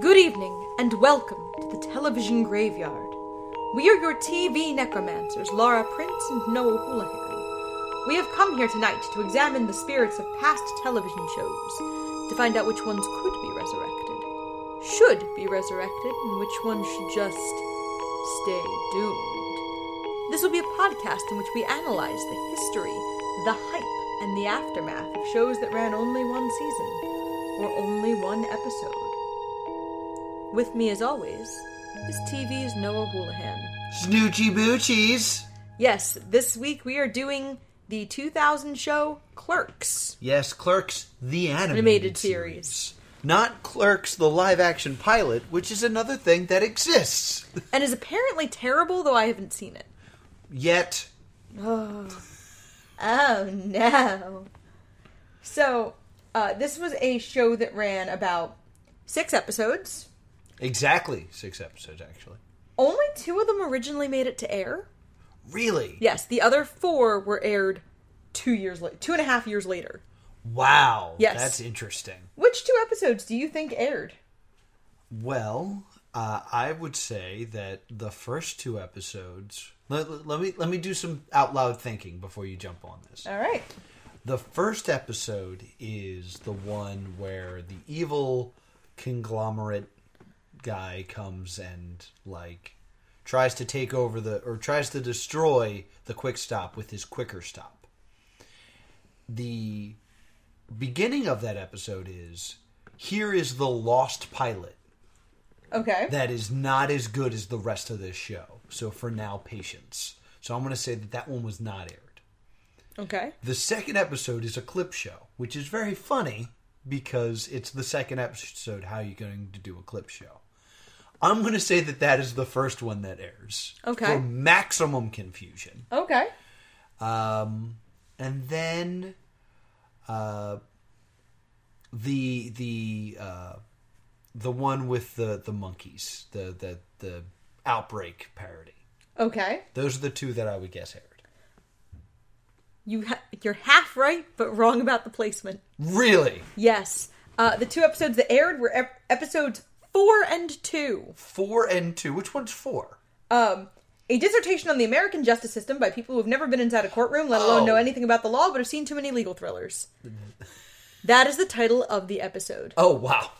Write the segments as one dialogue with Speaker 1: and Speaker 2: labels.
Speaker 1: Good evening, and welcome to the Television Graveyard. We are your TV necromancers, Laura Prince and Noah Houlihan. We have come here tonight to examine the spirits of past television shows, to find out which ones could be resurrected, should be resurrected, and which ones should just stay doomed. This will be a podcast in which we analyze the history, the hype, and the aftermath of shows that ran only one season, or only one episode. With me, as always, is TV's Noah Houlihan.
Speaker 2: Snoochie Boochies.
Speaker 1: Yes, this week we are doing the 2000 show Clerks.
Speaker 2: Yes, Clerks, the animated,
Speaker 1: Animated
Speaker 2: series.
Speaker 1: series.
Speaker 2: Not Clerks, the live action pilot, which is another thing that exists.
Speaker 1: And is apparently terrible, though I haven't seen it.
Speaker 2: Yet,
Speaker 1: Oh no. So, uh, this was a show that ran about six episodes.
Speaker 2: exactly six episodes, actually.
Speaker 1: Only two of them originally made it to air.
Speaker 2: Really?
Speaker 1: Yes, the other four were aired two years later, two and a half years later.
Speaker 2: Wow.
Speaker 1: Yes.
Speaker 2: That's interesting.
Speaker 1: Which two episodes do you think aired?
Speaker 2: Well, uh, I would say that the first two episodes. Let, let- let me let me do some out loud thinking before you jump on this.
Speaker 1: All right.
Speaker 2: The first episode is the one where the evil conglomerate guy comes and like tries to take over the or tries to destroy the quick stop with his quicker stop. The beginning of that episode is here is the lost pilot
Speaker 1: Okay.
Speaker 2: that is not as good as the rest of this show. So for now patience. So I'm going to say that that one was not aired.
Speaker 1: okay.
Speaker 2: The second episode is a clip show, which is very funny because it's the second episode. How are you going to do a clip show? I'm going to say that that is the first one that airs.
Speaker 1: Okay.
Speaker 2: For maximum confusion.
Speaker 1: Okay.
Speaker 2: Um, and then uh, the the uh, the one with the the monkeys, the the the outbreak parody.
Speaker 1: Okay.
Speaker 2: Those are the two that I would guess aired.
Speaker 1: You ha- you're half right, but wrong about the placement.
Speaker 2: Really,
Speaker 1: Yes, uh, the two episodes that aired were ep- episodes four and two.
Speaker 2: four and two. Which one's four?
Speaker 1: Um, a dissertation on the American justice system by people who have never been inside a courtroom, let alone
Speaker 2: Oh.
Speaker 1: know anything about the law, but have seen too many legal thrillers. that is the title of the episode.
Speaker 2: Oh wow.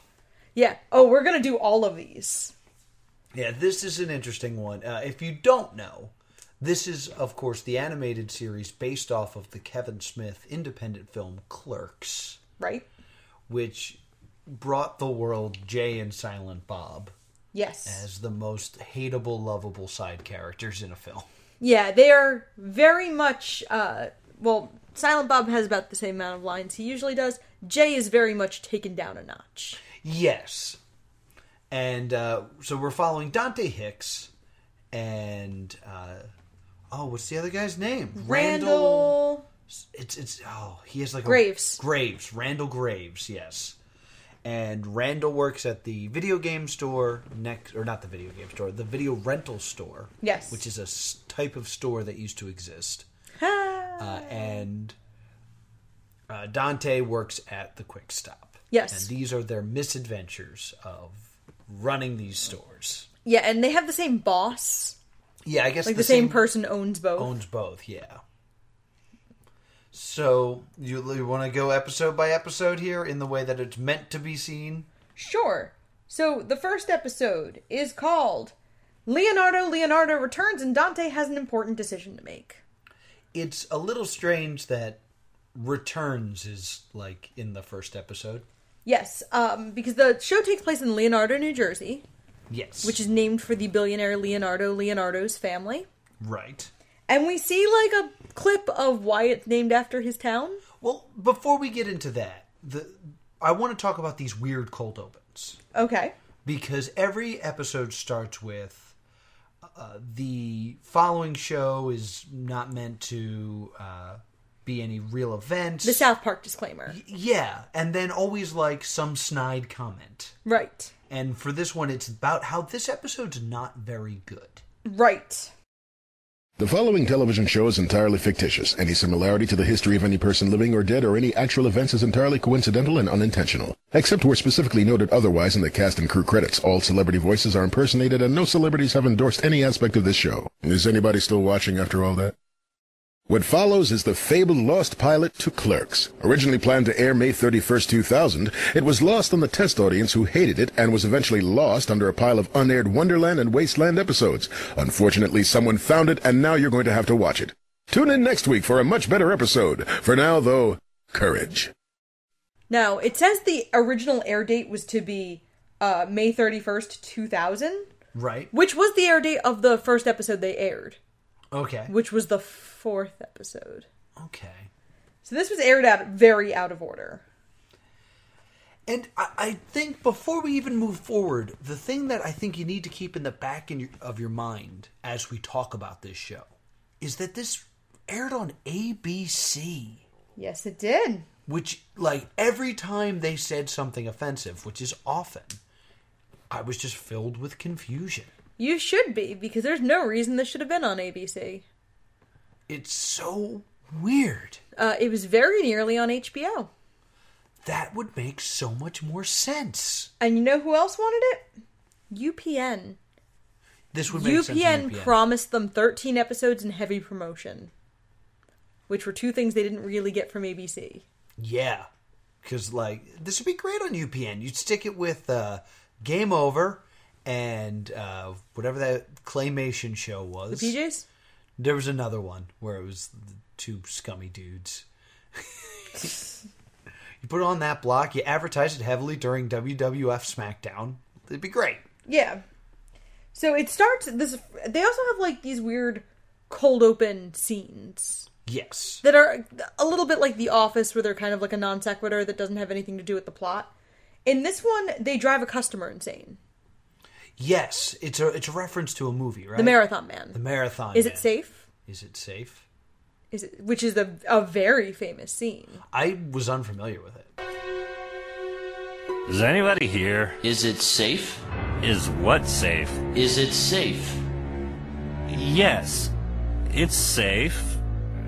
Speaker 1: Yeah. Oh, we're gonna do all of these.
Speaker 2: Yeah, this is an interesting one. Uh, if you don't know, this is, of course, the animated series based off of the Kevin Smith independent film Clerks,
Speaker 1: Right.
Speaker 2: which brought the world Jay and Silent Bob
Speaker 1: Yes.
Speaker 2: as the most hateable, lovable side characters in a film.
Speaker 1: Yeah, they are very much. Uh, well, Silent Bob has about the same amount of lines he usually does. Jay is very much taken down a notch.
Speaker 2: Yes. And uh, so we're following Dante Hicks and. Uh, Oh, what's the other guy's name?
Speaker 1: Randall.
Speaker 2: it's it's oh he has like a-
Speaker 1: Graves.
Speaker 2: Graves Randall Graves yes and Randall works at the video game store next or not the video game store the video rental store
Speaker 1: Yes.
Speaker 2: which is a s- type of store that used to exist uh, and uh, Dante works at the Quick Stop
Speaker 1: Yes.
Speaker 2: and these are their misadventures of running these stores
Speaker 1: yeah, and they have the same boss.
Speaker 2: yeah I guess
Speaker 1: Like the, same, person owns both.
Speaker 2: owns both yeah. So you, you want to go episode by episode here in the way that it's meant to be seen?
Speaker 1: Sure. So the first episode is called Leonardo Leonardo Returns and Dante has an important decision to make.
Speaker 2: It's a little strange that returns is like in the first episode.
Speaker 1: Yes, um, because the show takes place in Leonardo, New Jersey,
Speaker 2: Yes,
Speaker 1: which is named for the billionaire Leonardo Leonardo's family.
Speaker 2: right.
Speaker 1: And we see like a clip of why it's named after his town.
Speaker 2: Well, before we get into that, the I want to talk about these weird cold opens.
Speaker 1: Okay.
Speaker 2: because every episode starts with uh, the following show is not meant to uh, be any real events.
Speaker 1: The South Park disclaimer.
Speaker 2: yeah, and then always like some snide comment.
Speaker 1: Right.
Speaker 2: And for this one, it's about how this episode's not very good.
Speaker 1: Right.
Speaker 3: The following television show is entirely fictitious. Any similarity to the history of any person living or dead or any actual events is entirely coincidental and unintentional. Except where specifically noted otherwise in the cast and crew credits, all celebrity voices are impersonated and no celebrities have endorsed any aspect of this show. Is anybody still watching after all that? What follows is the fabled lost pilot to Clerks. Originally planned to air May 31st, 2000, it was lost on the test audience who hated it and was eventually lost under a pile of unaired Wonderland and Wasteland episodes. Unfortunately, someone found it and now you're going to have to watch it. Tune in next week for a much better episode. For now, though, courage.
Speaker 1: No, it says the original air date was to be uh, May 31st, 2000,
Speaker 2: Right.
Speaker 1: which was the air date of the first episode they aired,
Speaker 2: Okay.
Speaker 1: which was the fourth episode.
Speaker 2: Okay.
Speaker 1: So this was aired out very out of order.
Speaker 2: And I, I think before we even move forward, the thing that I think you need to keep in the back in your, of your mind as we talk about this show is that this aired on ABC,
Speaker 1: Yes, it did.
Speaker 2: which, like, every time they said something offensive, which is often, I was just filled with confusion.
Speaker 1: You should be, because there's no reason this should have been on ABC.
Speaker 2: It's so weird.
Speaker 1: Uh, it was very nearly on HBO.
Speaker 2: That would make so much more sense.
Speaker 1: And you know who else wanted it? UPN.
Speaker 2: This would make sense. in
Speaker 1: UPN promised them 13 episodes and heavy promotion, which were two things they didn't really get from ABC.
Speaker 2: Yeah, because like this would be great on UPN. You'd stick it with uh, Game Over and uh, whatever that claymation show was.
Speaker 1: PJs?
Speaker 2: There was another one where it was the two scummy dudes. you put it on that block. You advertise it heavily during WWF SmackDown. It'd be great.
Speaker 1: Yeah. So it starts this they also have like these weird cold open scenes
Speaker 2: Yes.
Speaker 1: that are a little bit like The Office where they're kind of like a non sequitur that doesn't have anything to do with the plot. In this one, they drive a customer insane.
Speaker 2: Yes. It's a it's a reference to a movie, right?
Speaker 1: The Marathon Man.
Speaker 2: The marathon.
Speaker 1: Is it
Speaker 2: Man.
Speaker 1: safe?
Speaker 2: Is it safe?
Speaker 1: Is it, which is a, a very famous scene.
Speaker 2: I was unfamiliar with it.
Speaker 4: Is anybody here?
Speaker 5: Is it safe?
Speaker 4: Is what safe?
Speaker 5: Is it safe?
Speaker 4: Yes, it's safe.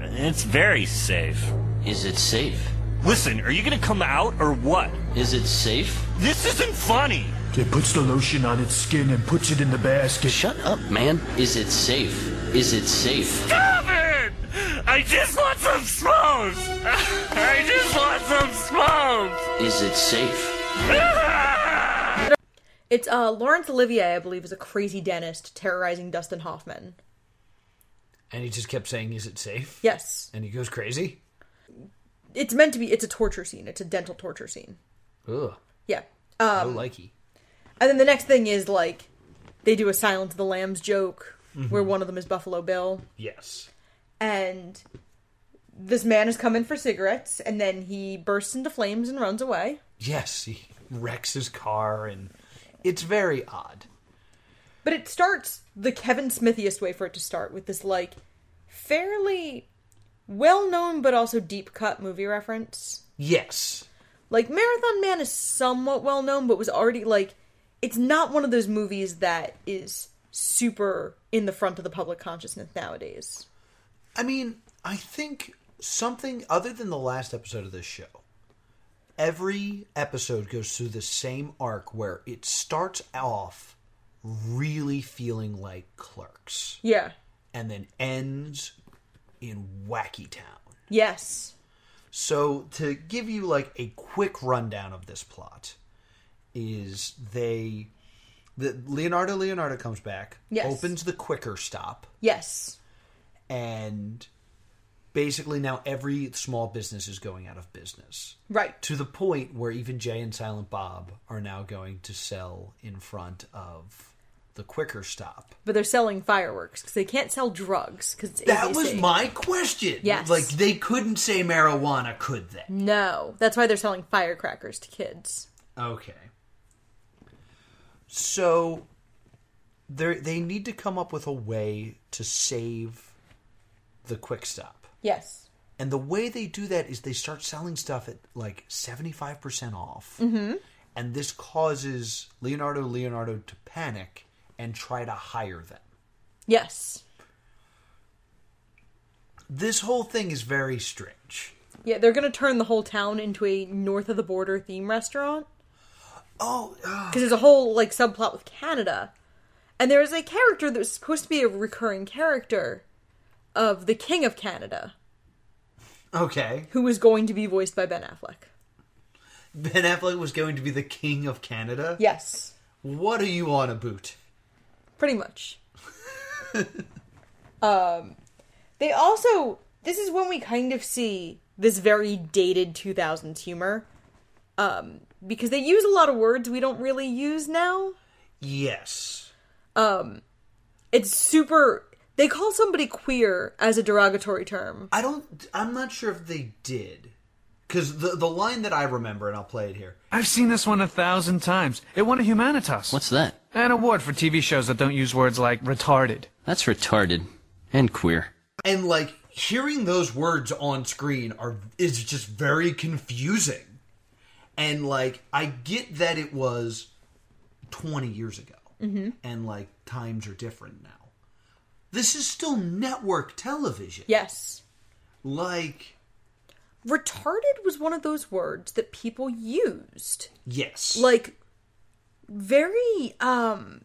Speaker 4: It's very safe.
Speaker 5: Is it safe?
Speaker 4: Listen, are you gonna come out or what?
Speaker 5: Is it safe?
Speaker 4: This isn't funny!
Speaker 6: It puts the lotion on its skin and puts it in the basket.
Speaker 5: Shut up, man. Is it safe? Is it safe?
Speaker 4: Stop it! I just want some smokes! I just want some smokes!
Speaker 5: Is it safe?
Speaker 1: It's uh Laurence Olivier, I believe, is a crazy dentist terrorizing Dustin Hoffman.
Speaker 2: And he just kept saying, "Is it safe?"
Speaker 1: Yes.
Speaker 2: And he goes crazy.
Speaker 1: It's meant to be it's a torture scene. It's a dental torture scene.
Speaker 2: Ugh.
Speaker 1: Yeah. Uh,
Speaker 2: I
Speaker 1: Um,
Speaker 2: like he.
Speaker 1: And then the next thing is like they do a silence of the lambs joke where one of them is Buffalo Bill
Speaker 2: Yes.
Speaker 1: and this man is coming for cigarettes and then he bursts into flames and runs away.
Speaker 2: Yes, he wrecks his car and it's very odd.
Speaker 1: But it starts the Kevin Smithiest way for it to start with this like fairly well-known but also deep cut movie reference.
Speaker 2: Yes.
Speaker 1: like Marathon Man is somewhat well known, but was already like it's not one of those movies that is super in the front of the public consciousness nowadays.
Speaker 2: I mean, I think something other than the last episode of this show, every episode goes through the same arc where it starts off really feeling like clerks
Speaker 1: Yeah.
Speaker 2: and then ends in wacky town.
Speaker 1: Yes.
Speaker 2: So to give you like a quick rundown of this plot is they the Leonardo Leonardo comes back,
Speaker 1: Yes.
Speaker 2: opens the quicker stop,
Speaker 1: Yes.
Speaker 2: and basically now every small business is going out of business.
Speaker 1: Right.
Speaker 2: To the point where even Jay and Silent Bob are now going to sell in front of the quicker stop.
Speaker 1: But they're selling fireworks because they can't sell drugs because it's
Speaker 2: That
Speaker 1: ABC.
Speaker 2: was my question.
Speaker 1: Yes.
Speaker 2: Like they couldn't say marijuana, could they?
Speaker 1: no. That's why they're selling firecrackers to kids.
Speaker 2: Okay. So they they need to come up with a way to save the quick stop.
Speaker 1: Yes.
Speaker 2: And the way they do that is they start selling stuff at like 75% off. And this causes Leonardo Leonardo to panic and try to hire them.
Speaker 1: Yes.
Speaker 2: This whole thing is very strange.
Speaker 1: Yeah, they're gonna turn the whole town into a north of the border theme restaurant.
Speaker 2: Oh, uh,
Speaker 1: because there's a whole like subplot with Canada, and there is a character that was supposed to be a recurring character of the King of Canada,
Speaker 2: okay.
Speaker 1: who was going to be voiced by Ben Affleck.
Speaker 2: Ben Affleck was going to be the king of Canada.
Speaker 1: Yes,
Speaker 2: What are you on a boot?
Speaker 1: pretty much. um, they also this is when we kind of see this very dated 2000s humor, um, because they use a lot of words we don't really use now.
Speaker 2: Yes.
Speaker 1: It's super. They call somebody queer as a derogatory term.
Speaker 2: I don't. I'm not sure if they did, because the the line that I remember, and I'll play it here.
Speaker 7: I've seen this one a thousand times. It won a Humanitas.
Speaker 5: What's that?
Speaker 7: An award for TV shows that don't use words like retarded.
Speaker 5: That's retarded. And queer.
Speaker 2: and like hearing those words on screen are is just very confusing and like i get that it was 20 years ago
Speaker 1: Mm-hmm.
Speaker 2: and like times are different now this is still network television
Speaker 1: Yes.
Speaker 2: like
Speaker 1: Retarded was one of those words that people used.
Speaker 2: yes
Speaker 1: Like very um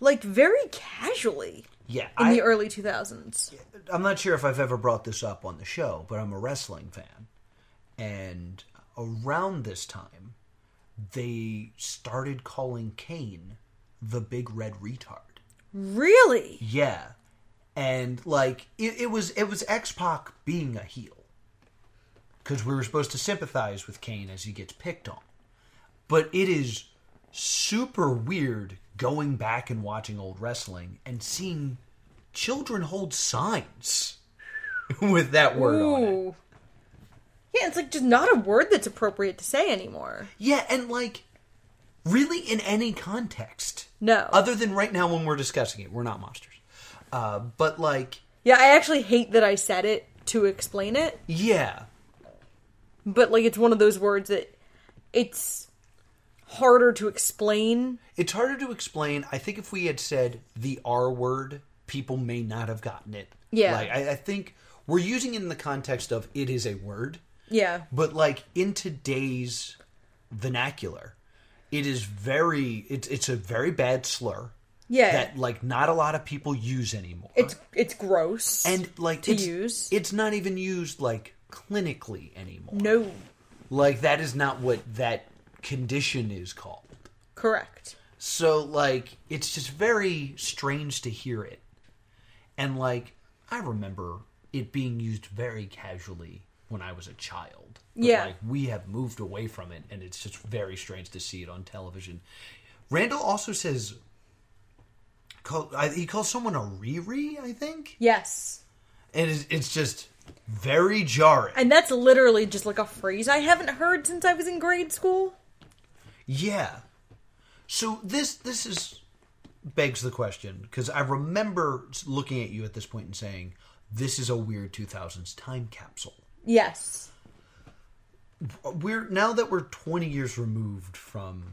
Speaker 1: like very casually
Speaker 2: yeah
Speaker 1: in
Speaker 2: I,
Speaker 1: the early 2000s.
Speaker 2: i'm not sure if i've ever brought this up on the show but i'm a wrestling fan and around this time they started calling kane the big red retard
Speaker 1: Really?
Speaker 2: Yeah, and like it, it was it was X Pac being a heel because we were supposed to sympathize with Kane as he gets picked on, but it is super weird going back and watching old wrestling and seeing children hold signs with that word on it.
Speaker 1: Ooh. Yeah, it's like just not a word that's appropriate to say anymore.
Speaker 2: Yeah, and like really in any context.
Speaker 1: No.
Speaker 2: Other than right now when we're discussing it, we're not monsters. Uh, but like,
Speaker 1: yeah, I actually hate that I said it to explain it,
Speaker 2: yeah,
Speaker 1: but like it's one of those words that it's harder to explain.
Speaker 2: It's harder to explain. I think if we had said the R word, people may not have gotten it.
Speaker 1: Yeah.
Speaker 2: Like I, I think we're using it in the context of it is a word,
Speaker 1: Yeah.
Speaker 2: but like in today's vernacular, it is very it's it's a very bad slur
Speaker 1: Yeah.
Speaker 2: that like not a lot of people use anymore.
Speaker 1: it's it's gross.
Speaker 2: and like
Speaker 1: to
Speaker 2: it's,
Speaker 1: use.
Speaker 2: it's not even used like clinically anymore.
Speaker 1: no,
Speaker 2: Like that is not what that condition is called.
Speaker 1: correct.
Speaker 2: So like it's just very strange to hear it. And like I remember it being used very casually when I was a child. But,
Speaker 1: Yeah.
Speaker 2: Like we have moved away from it and it's just very strange to see it on television. Randall also says call, I, he calls someone a Riri, I think.
Speaker 1: Yes.
Speaker 2: And it's, it's just very jarring.
Speaker 1: And that's literally just like a phrase I haven't heard since I was in grade school.
Speaker 2: Yeah. So this this is begs the question because I remember looking at you at this point and saying this is a weird 2000s time capsule.
Speaker 1: Yes.
Speaker 2: We're now that we're 20 years removed from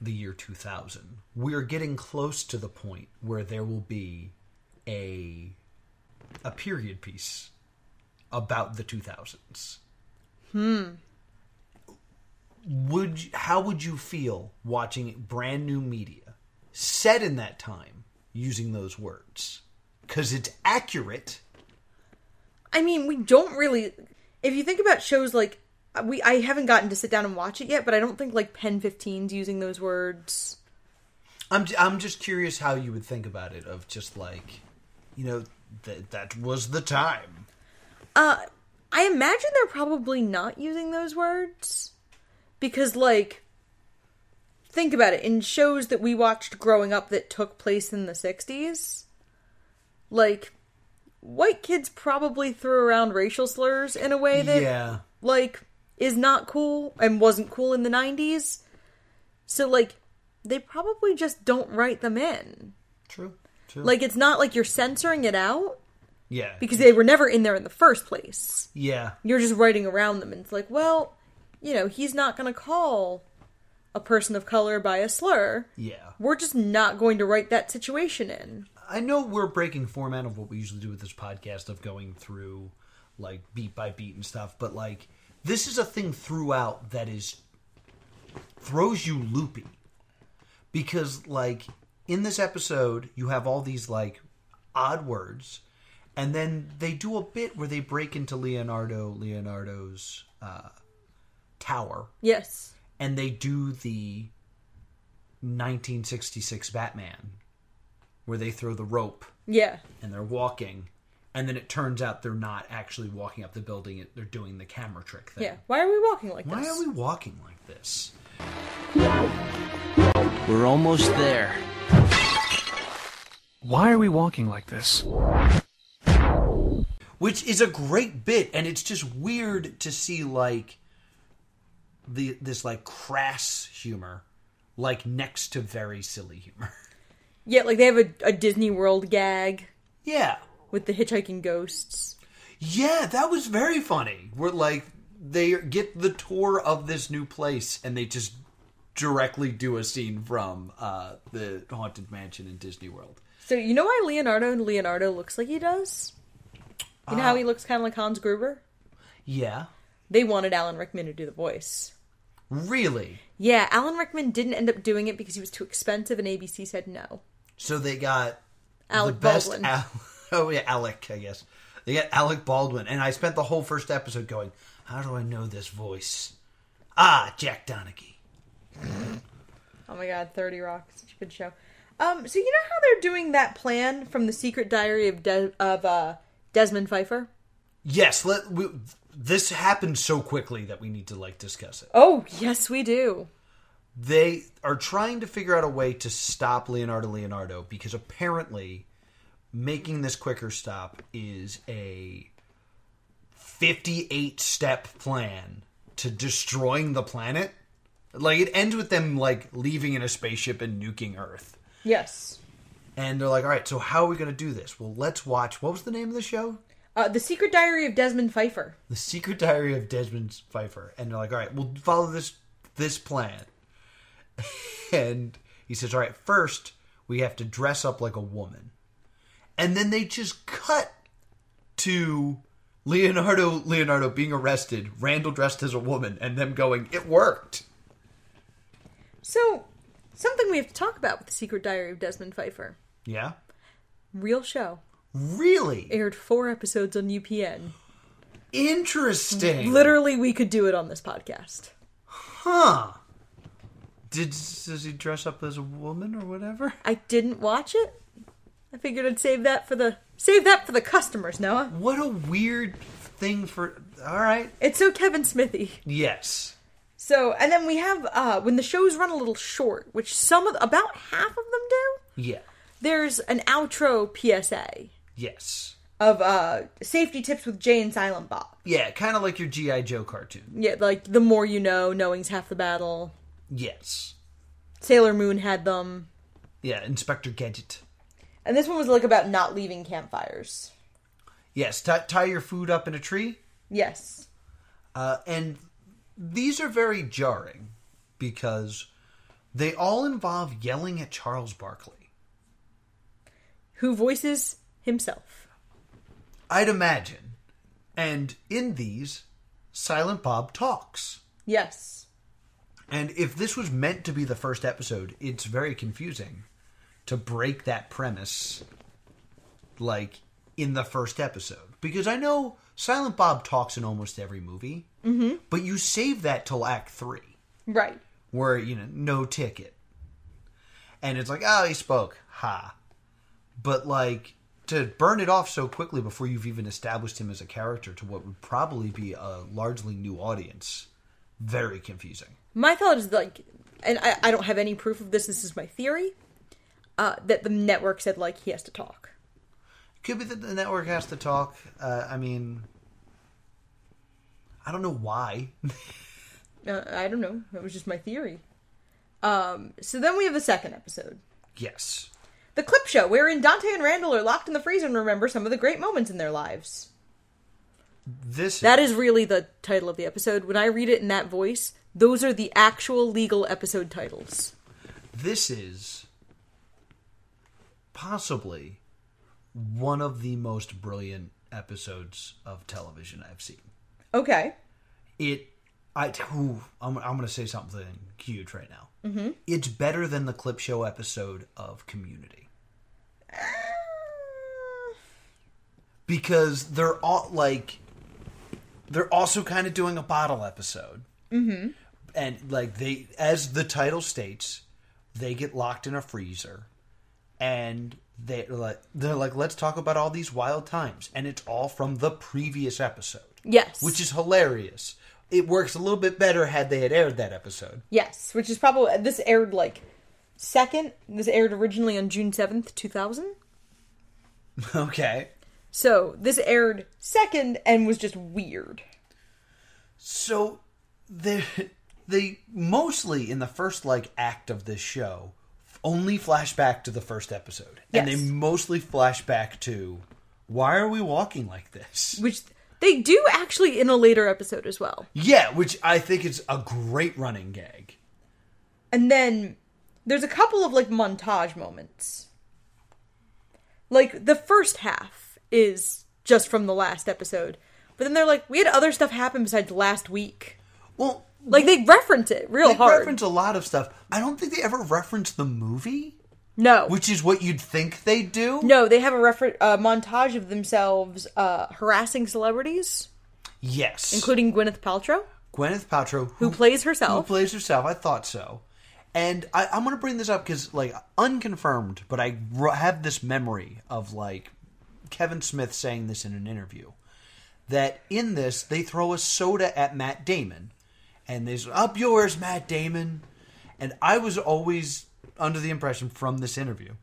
Speaker 2: the year 2000, we're getting close to the point where there will be a a period piece about the 2000s. would you- how would you feel watching brand new media set in that time using those words because it's accurate
Speaker 1: I mean, we don't really if you think about shows like uh, we I haven't gotten to sit down and watch it yet, but I don't think like Pen 15's using those words.
Speaker 2: i'm, j- I'm just curious how you would think about it of just like you know that that was the time
Speaker 1: I imagine they're probably not using those words because like think about it in shows that we watched growing up that took place in the 60s like white kids probably threw around racial slurs in a way that
Speaker 2: yeah
Speaker 1: like is not cool and wasn't cool in the 90s so like they probably just don't write them in
Speaker 2: true true
Speaker 1: like it's not like you're censoring it out
Speaker 2: yeah
Speaker 1: because they were never in there in the first place
Speaker 2: yeah
Speaker 1: you're just writing around them and it's like well you know he's not going to call a person of color by a slur
Speaker 2: yeah
Speaker 1: we're just not going to write that situation in
Speaker 2: I know we're breaking format of what we usually do with this podcast of going through like beat by beat and stuff, but like this is a thing throughout that is throws you loopy because like in this episode you have all these like odd words and then they do a bit where they break into Leonardo Leonardo's uh, tower
Speaker 1: Yes.
Speaker 2: and they do the 1966 Batman where they throw the rope
Speaker 1: Yeah.
Speaker 2: and they're walking and then it turns out they're not actually walking up the building they're doing the camera trick thing.
Speaker 1: Yeah. Why are we walking like
Speaker 2: Why
Speaker 1: this?
Speaker 2: are we walking like this?
Speaker 5: We're almost there.
Speaker 7: Why are we walking like this?
Speaker 2: Which is a great bit and it's just weird to see like the this like crass humor like next to very silly humor.
Speaker 1: Yeah, like they have a, a Disney World gag
Speaker 2: yeah.
Speaker 1: with the hitchhiking ghosts.
Speaker 2: Yeah, that was very funny. We're like they get the tour of this new place and they just directly do a scene from uh, the haunted mansion in Disney World.
Speaker 1: So you know why Leonardo and Leonardo looks like he does? You know how
Speaker 2: Uh,
Speaker 1: he looks kind of like Hans Gruber?
Speaker 2: Yeah.
Speaker 1: They wanted Alan Rickman to do the voice.
Speaker 2: Really?
Speaker 1: Yeah, Alan Rickman didn't end up doing it because he was too expensive, and ABC said no.
Speaker 2: So they got
Speaker 1: Alec
Speaker 2: the best
Speaker 1: Baldwin.
Speaker 2: Al- oh yeah, Alec, I guess. They got Alec Baldwin and I spent the whole first episode going, "How do I know this voice?" Ah, Jack Donaghy.
Speaker 1: Oh my god, 30 Rock, such a good show. Um, so you know how they're doing that plan from the Secret Diary of De- of uh, Desmond Pfeiffer?
Speaker 2: Yes, let we, this happened so quickly that we need to like discuss it.
Speaker 1: Oh, yes, we do.
Speaker 2: they are trying to figure out a way to stop Leonardo Leonardo because apparently making this quicker stop is a 58 step plan to destroying the planet. Like it ends with them like leaving in a spaceship and nuking Earth.
Speaker 1: Yes.
Speaker 2: And they're like, "All right, so how are we going to do this? Well, let's watch what was the name of the show?
Speaker 1: Uh, the Secret Diary of Desmond Pfeiffer.
Speaker 2: The Secret Diary of Desmond Pfeiffer, and they're like, "All right, we'll follow this this plan." and he says, "All right, first we have to dress up like a woman," and then they just cut to Leonardo Leonardo being arrested, Randall dressed as a woman, and them going, "It worked."
Speaker 1: So, something we have to talk about with the Secret Diary of Desmond Pfeiffer.
Speaker 2: Yeah,
Speaker 1: Real show.
Speaker 2: really
Speaker 1: Aired four episodes on UPN.
Speaker 2: interesting.
Speaker 1: Literally, we could do it on this podcast.
Speaker 2: huh? Did does he dress up as a woman or whatever?
Speaker 1: I didn't watch it. I figured I'd save that for the save that for the customers, Noah.
Speaker 2: What a weird thing for. All right.
Speaker 1: It's so Kevin Smithy.
Speaker 2: Yes.
Speaker 1: So, and then we have uh, when the shows run a little short, which some of about half of them do.
Speaker 2: Yeah.
Speaker 1: There's an outro PSA
Speaker 2: Yes.
Speaker 1: of uh, safety tips with Jay and Silent Bob.
Speaker 2: Yeah, kind of like your GI Joe cartoon.
Speaker 1: Yeah, like the more you know, knowing's half the battle.
Speaker 2: Yes.
Speaker 1: Sailor Moon had them,
Speaker 2: Yeah, Inspector Gadget.
Speaker 1: and this one was like about not leaving campfires.
Speaker 2: Yes, t- tie your food up in a tree.
Speaker 1: Yes,
Speaker 2: Uh, and these are very jarring because they all involve yelling at Charles Barkley.
Speaker 1: who voices himself?
Speaker 2: I'd imagine. And in these, Silent Bob talks.
Speaker 1: Yes,
Speaker 2: And if this was meant to be the first episode, it's very confusing to break that premise like in the first episode. Because I know Silent Bob talks in almost every movie, mm-hmm. but you save that till Act Three,
Speaker 1: right.
Speaker 2: where, you know, no ticket. And it's like, oh, he spoke. Ha. But, like, to burn it off so quickly before you've even established him as a character to what would probably be a largely new audience, very confusing.
Speaker 1: My thought is like, and I, I don't have any proof of this. This is my theory uh, that the network said like he has to talk.
Speaker 2: Could be that the network has to talk. Uh, I mean, I don't know why.
Speaker 1: Uh, I don't know. That was just my theory. Um, so then we have the second episode.
Speaker 2: yes.
Speaker 1: The clip show, wherein Dante and Randall are locked in the freezer and remember some of the great moments in their lives.
Speaker 2: This
Speaker 1: That is really the title of the episode. When I read it in that voice, those are the actual legal episode titles.
Speaker 2: this is possibly one of the most brilliant episodes of television I've seen.
Speaker 1: Okay.
Speaker 2: It, I, ooh, I'm, I'm going to say something huge right now. Mm-hmm. It's better than the clip show episode of Community. Uh. because they're all like they're also kind of doing a bottle episode mm-hmm. and like they as the title states they get locked in a freezer and they're like they're like let's talk about all these wild times and it's all from the previous episode
Speaker 1: Yes.
Speaker 2: which is hilarious it works a little bit better had they had aired that episode
Speaker 1: yes, which is probably this aired like second. This aired originally on June seventh, two thousand.
Speaker 2: okay
Speaker 1: So this aired second and was just weird.
Speaker 2: So they they mostly in the first like act of this show only flash back to the first episode. And
Speaker 1: Yes.
Speaker 2: they mostly flash back to why are we walking like this?
Speaker 1: Which they do actually in a later episode as well.
Speaker 2: Yeah, which I think is a great running gag.
Speaker 1: And then there's a couple of like montage moments. Like the first half is just from the last episode. But then they're like, we had other stuff happen besides last week.
Speaker 2: Well,
Speaker 1: Like they reference it real
Speaker 2: they
Speaker 1: hard.
Speaker 2: reference a lot of stuff. I don't think they ever reference the movie,
Speaker 1: no.
Speaker 2: which is what you'd think they do.
Speaker 1: no, they have a refer- uh, montage of themselves uh, harassing celebrities,
Speaker 2: Yes.
Speaker 1: including Gwyneth Paltrow,
Speaker 2: Gwyneth Paltrow,
Speaker 1: who plays herself.
Speaker 2: Who plays herself? I thought so. And I, I'm going to bring this up because, like, unconfirmed, but I r- have this memory of like Kevin Smith saying this in an interview that in this they throw a soda at Matt Damon, and they say, "Up yours, Matt Damon." And I was always under the impression from this interview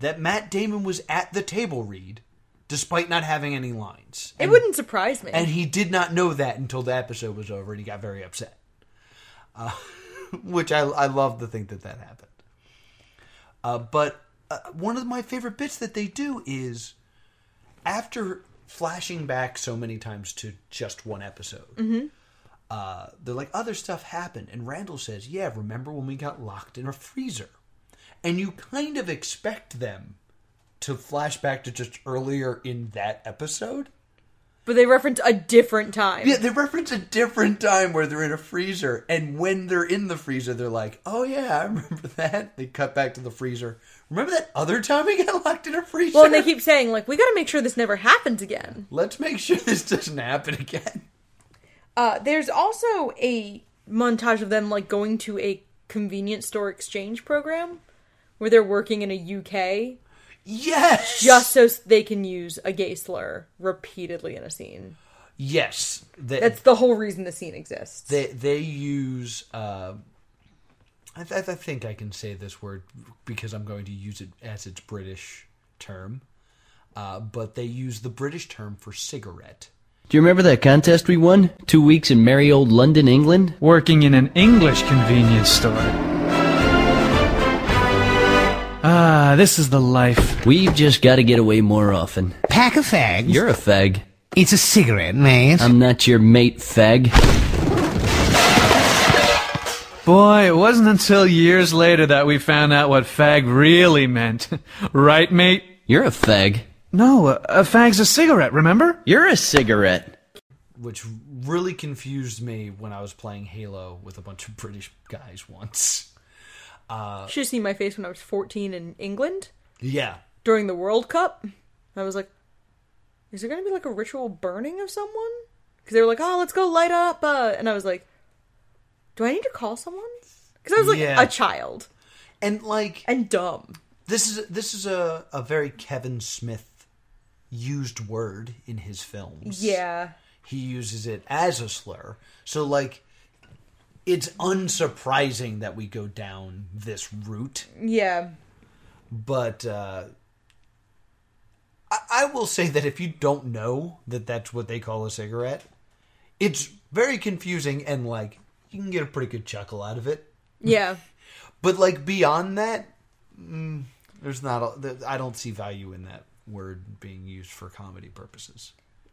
Speaker 2: that Matt Damon was at the table read, despite not having any lines.
Speaker 1: it wouldn't surprise me.
Speaker 2: And he did not know that until the episode was over, and he got very upset. Uh, which I, I love to think that that happened. Uh, but uh, one of my favorite bits that they do is after flashing back so many times to just one episode, uh, they're like, other stuff happened. And Randall says, Yeah, remember when we got locked in a freezer? And you kind of expect them to flash back to just earlier in that episode.
Speaker 1: but they reference a different time.
Speaker 2: Yeah, they reference a different time where they're in a freezer, and when they're in the freezer, they're like, "Oh yeah, I remember that." They cut back to the freezer. Remember that other time we got locked in a freezer?
Speaker 1: Well, and they keep saying, like, we gotta make sure this never happens again.
Speaker 2: Let's make sure this doesn't happen again.
Speaker 1: Uh, there's also a montage of them like going to a convenience store exchange program where they're working in a UK
Speaker 2: Yes,
Speaker 1: just so s- they can use a gay slur repeatedly in a scene.
Speaker 2: yes. They,
Speaker 1: That's the whole reason the scene exists.
Speaker 2: they they use. Uh, I, th- I think I can say this word because I'm going to use it as its British term, uh, but they use the British term for cigarette.
Speaker 5: Do you remember that contest we won? Two weeks in merry old London, England?
Speaker 7: Working in an English convenience store. Ah, this is the life.
Speaker 5: We've just got to get away more often.
Speaker 8: Pack of fags.
Speaker 5: You're a fag.
Speaker 8: it's a cigarette, mate.
Speaker 5: I'm not your mate, fag.
Speaker 7: Boy, it wasn't until years later that we found out what fag really meant. right, mate?
Speaker 5: You're a fag.
Speaker 7: No, a, a fag's a cigarette, remember?
Speaker 5: You're a cigarette.
Speaker 2: which really confused me when I was playing Halo with a bunch of British guys once.
Speaker 1: Should have seen my face when I was 14 in England
Speaker 2: Yeah.
Speaker 1: during the World Cup. I was like, is there gonna be like a ritual burning of someone? Because they were like, oh, let's go light up. Uh, and I was like, do I need to call someone? Because I was like
Speaker 2: Yeah.
Speaker 1: a child
Speaker 2: And like
Speaker 1: and dumb.
Speaker 2: this is this is a, a very Kevin Smith used word in his films.
Speaker 1: Yeah.
Speaker 2: He uses it as a slur. So like it's unsurprising that we go down this route.
Speaker 1: Yeah.
Speaker 2: but uh, I, I will say that if you don't know that that's what they call a cigarette, it's very confusing and like you can get a pretty good chuckle out of it.
Speaker 1: Yeah.
Speaker 2: But like beyond that, mm, there's not. A, th- I don't see value in that word being used for comedy purposes.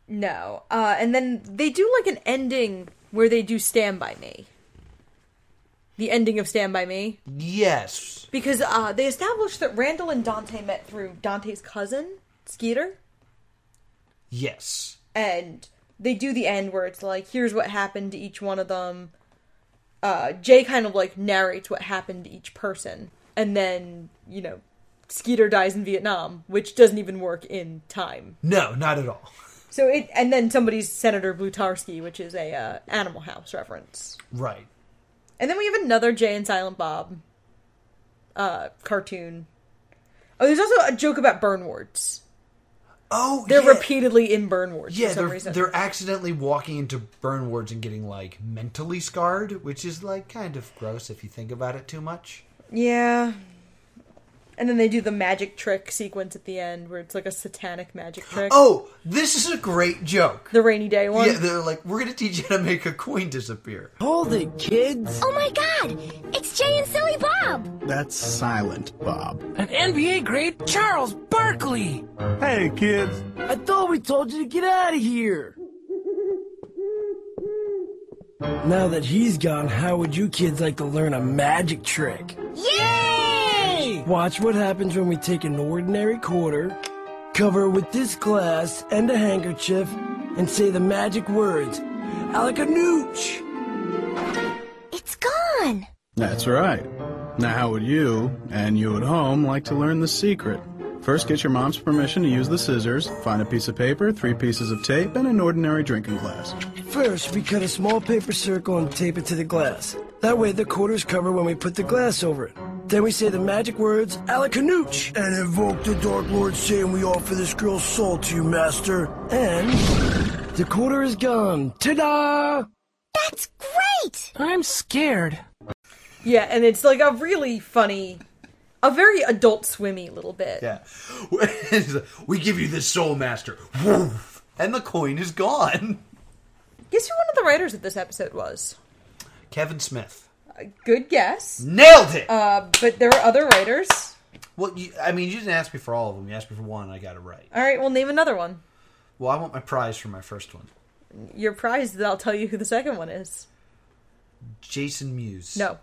Speaker 1: No. Uh, and then they do like an ending where they do Stand By Me. The ending of Stand By Me.
Speaker 2: Yes,
Speaker 1: Because uh, they established that Randall and Dante met through Dante's cousin, Skeeter,
Speaker 2: Yes.
Speaker 1: and they do the end where it's like, here's what happened to each one of them. Uh, Jay kind of like narrates what happened to each person, and then you know, Skeeter dies in Vietnam, which doesn't even work in time.
Speaker 2: No, not at all.
Speaker 1: So it, and then somebody's Senator Blutarski, which is a uh, Animal House reference.
Speaker 2: Right.
Speaker 1: And then we have another Jay and Silent Bob uh, cartoon. Oh, there's also a joke about burn words.
Speaker 2: Oh,
Speaker 1: They're
Speaker 2: yeah.
Speaker 1: repeatedly in burn words
Speaker 2: Yeah,
Speaker 1: for some
Speaker 2: they're,
Speaker 1: reason.
Speaker 2: they're accidentally walking into burn words and getting like mentally scarred, which is like kind of gross if you think about it too much.
Speaker 1: Yeah. And then they do the magic trick sequence at the end where it's like a satanic magic trick.
Speaker 2: Oh, this is a great joke.
Speaker 1: The rainy day one. Oh.
Speaker 2: Yeah, they're like, we're gonna teach you how to make a coin disappear.
Speaker 9: Hold it, kids.
Speaker 10: Oh my god! It's Jay and Silly Bob!
Speaker 3: That's silent, Bob.
Speaker 9: An NBA great Charles Barkley.
Speaker 6: Hey, kids.
Speaker 9: I thought we told you to get out of here. Now that he's gone, how would you kids like to learn a magic trick?
Speaker 10: Yay!
Speaker 9: Watch what happens when we take an ordinary quarter, cover it with this glass and a handkerchief, and say the magic words Alakanooch!
Speaker 10: It's gone!
Speaker 11: That's right. Now, how would you, and you at home, like to learn the secret? First, get your mom's permission to use the scissors, find a piece of paper, three pieces of tape, and an ordinary drinking glass.
Speaker 9: First, we cut a small paper circle and tape it to the glass. That way, the quarter's cover when we put the glass over it. Then we say the magic words, Alakanooch! And invoke the Dark Lord, saying, We offer this girl's soul to you, Master. And the quarter is gone. Ta da!
Speaker 10: That's great!
Speaker 9: I'm scared.
Speaker 1: Yeah, and it's like a really funny, a very adult swimmy little bit.
Speaker 2: Yeah, we give you this soul master, and the coin is gone.
Speaker 1: Guess who one of the writers of this episode was?
Speaker 2: Kevin Smith
Speaker 1: Good guess.
Speaker 2: nailed it.
Speaker 1: Uh, but there were other writers.
Speaker 2: well, you, I mean, you didn't ask me for all of them. You asked me for one. I got it right.
Speaker 1: All right, well, name another one.
Speaker 2: Well, I want my prize for my first one.
Speaker 1: Your prize is that I'll tell you who the second one is.
Speaker 2: Jason Mewes.
Speaker 1: No.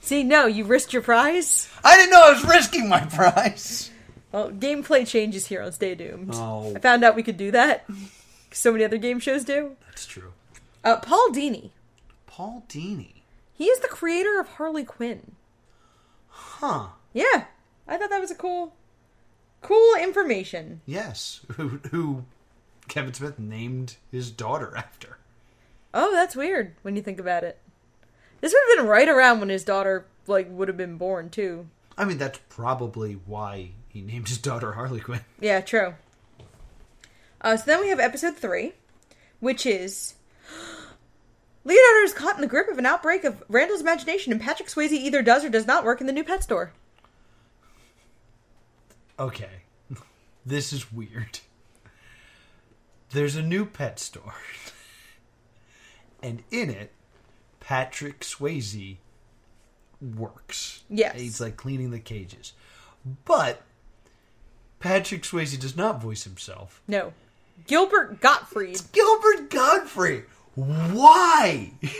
Speaker 1: See, no, you risked your prize.
Speaker 2: I didn't know I was risking my prize.
Speaker 1: Well, gameplay changes here on Stay Doomed.
Speaker 2: Oh.
Speaker 1: I found out we could do that. So many other game shows do.
Speaker 2: That's true.
Speaker 1: Uh, Paul Dini.
Speaker 2: Paul Dini.
Speaker 1: He is the creator of Harley Quinn.
Speaker 2: Huh.
Speaker 1: Yeah, I thought that was a cool, cool information.
Speaker 2: Yes. Who, who Kevin Smith named his daughter after.
Speaker 1: Oh, that's weird when you think about it. This would have been right around when his daughter like would have been born too.
Speaker 2: I mean, that's probably why he named his daughter Harley Quinn.
Speaker 1: Yeah, true. Uh, so then we have episode three, which is Leonardo is caught in the grip of an outbreak of Randall's imagination, and Patrick Swayze either does or does not work in the new pet store.
Speaker 2: Okay. This is weird. There's a new pet store. And in it, Patrick Swayze works.
Speaker 1: Yes.
Speaker 2: He's like cleaning the cages. But Patrick Swayze does not voice himself.
Speaker 1: No, Gilbert Gottfried.
Speaker 2: Gilbert Godfrey. Why?
Speaker 1: Um,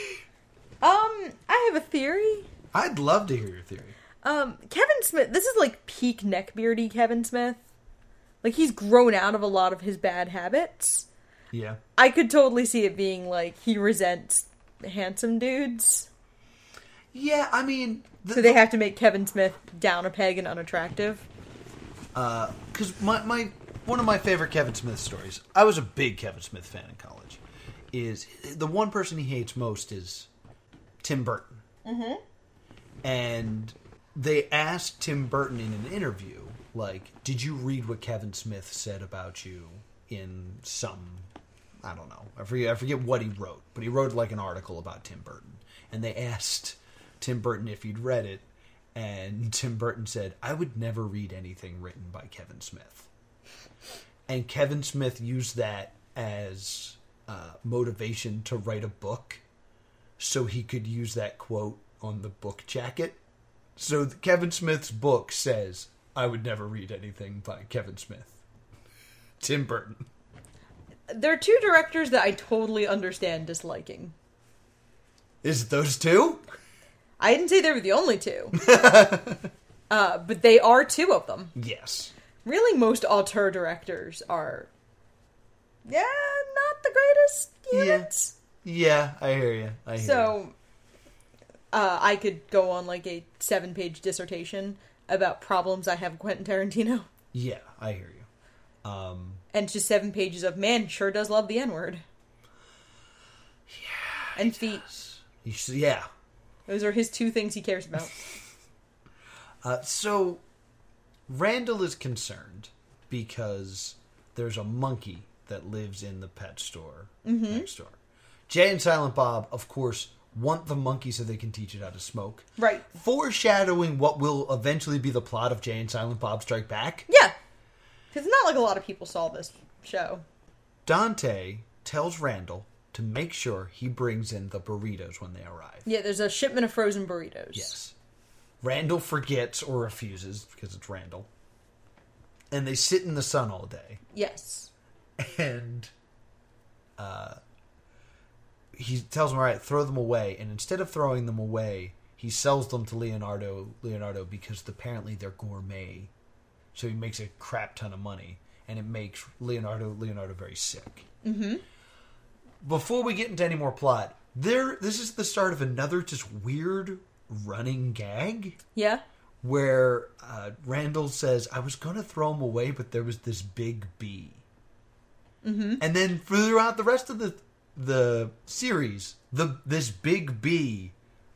Speaker 1: I have a theory.
Speaker 2: I'd love to hear your theory.
Speaker 1: Um, Kevin Smith. This is like peak neckbeardy Kevin Smith. Like he's grown out of a lot of his bad habits.
Speaker 2: Yeah.
Speaker 1: I could totally see it being like he resents handsome dudes,
Speaker 2: Yeah, I mean,
Speaker 1: so they have to make Kevin Smith down a peg and unattractive.
Speaker 2: because my, my one of my favorite Kevin Smith stories. I was a big Kevin Smith fan in college. Is the one person he hates most is Tim Burton. Mm-hmm. And they asked Tim Burton in an interview, like, "Did you read what Kevin Smith said about you in some?" I don't know. I forget. I forget what he wrote, but he wrote like an article about Tim Burton, and they asked Tim Burton if he'd read it, and Tim Burton said, I would never read anything written by Kevin Smith. And Kevin Smith used that as uh, motivation to write a book so he could use that quote on the book jacket. So th- Kevin Smith's book says, I would never read anything by Kevin Smith. Tim Burton.
Speaker 1: There are two directors that I totally understand disliking.
Speaker 2: Is it those two?
Speaker 1: I didn't say they were the only two, uh, but they are two of them.
Speaker 2: Yes.
Speaker 1: really most auteur directors are yeah, not the greatest units.
Speaker 2: Yeah, I hear you. I hear you.
Speaker 1: So uh, I could go on like a seven page dissertation about problems I have with Quentin Tarantino.
Speaker 2: Yeah, I hear you. Um,
Speaker 1: And just seven pages of man sure does love the N word. Yeah. And feet.
Speaker 2: you should- yeah.
Speaker 1: Those are his two things he cares about.
Speaker 2: Uh, so Randall is concerned because there's a monkey that lives in the pet store
Speaker 12: Mhm.
Speaker 2: next door. Jay and Silent Bob, of course, want the monkey so they can teach it how to smoke.
Speaker 1: Right.
Speaker 2: Foreshadowing what will eventually be the plot of Jay and Silent Bob Strike Back.
Speaker 1: Yeah. Because not like a lot of people saw this show.
Speaker 2: Dante tells Randall to make sure he brings in the burritos when they arrive.
Speaker 1: Yeah, there's a shipment of frozen burritos.
Speaker 2: Yes. Randall forgets or refuses because it's Randall. And they sit in the sun all day.
Speaker 1: Yes.
Speaker 2: and uh, he tells him, "All right, throw them away." And instead of throwing them away, he sells them to Leonardo. Leonardo because apparently they're gourmet, so he makes a crap ton of money, and it makes Leonardo Leonardo very sick.
Speaker 12: Mm-hmm.
Speaker 2: Before we get into any more plot, there this is the start of another just weird running gag
Speaker 1: Yeah.
Speaker 2: where uh, Randall says, "I was going to throw them away, but there was this big bee."
Speaker 12: Mm-hmm.
Speaker 2: And then throughout the rest of the the series, the this big B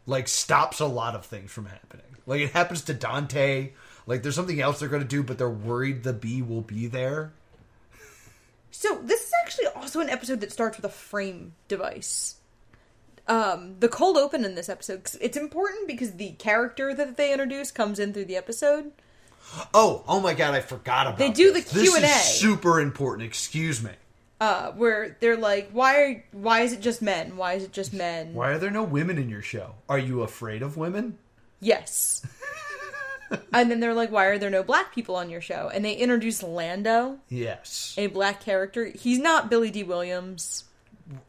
Speaker 2: like stops a lot of things from happening. Like it happens to Dante. Like there's something else they're gonna do, but they're worried the bee will be there.
Speaker 1: So this is actually also an episode that starts with a frame device. Um, the cold open in this episode it's important because the character that they introduce comes in through the episode.
Speaker 2: Oh, oh my god, I forgot about
Speaker 1: They do
Speaker 2: this.
Speaker 1: the
Speaker 2: This
Speaker 1: Q&A.
Speaker 2: is super important. Excuse me.
Speaker 1: Uh, where they're like, why are why is it just men? Why is it just men?
Speaker 2: Why are there no women in your show? Are you afraid of women?
Speaker 1: Yes. and then they're like, why are there no black people on your show? And they introduce Lando,
Speaker 2: Yes.
Speaker 1: a black character. He's not Billy D. Williams.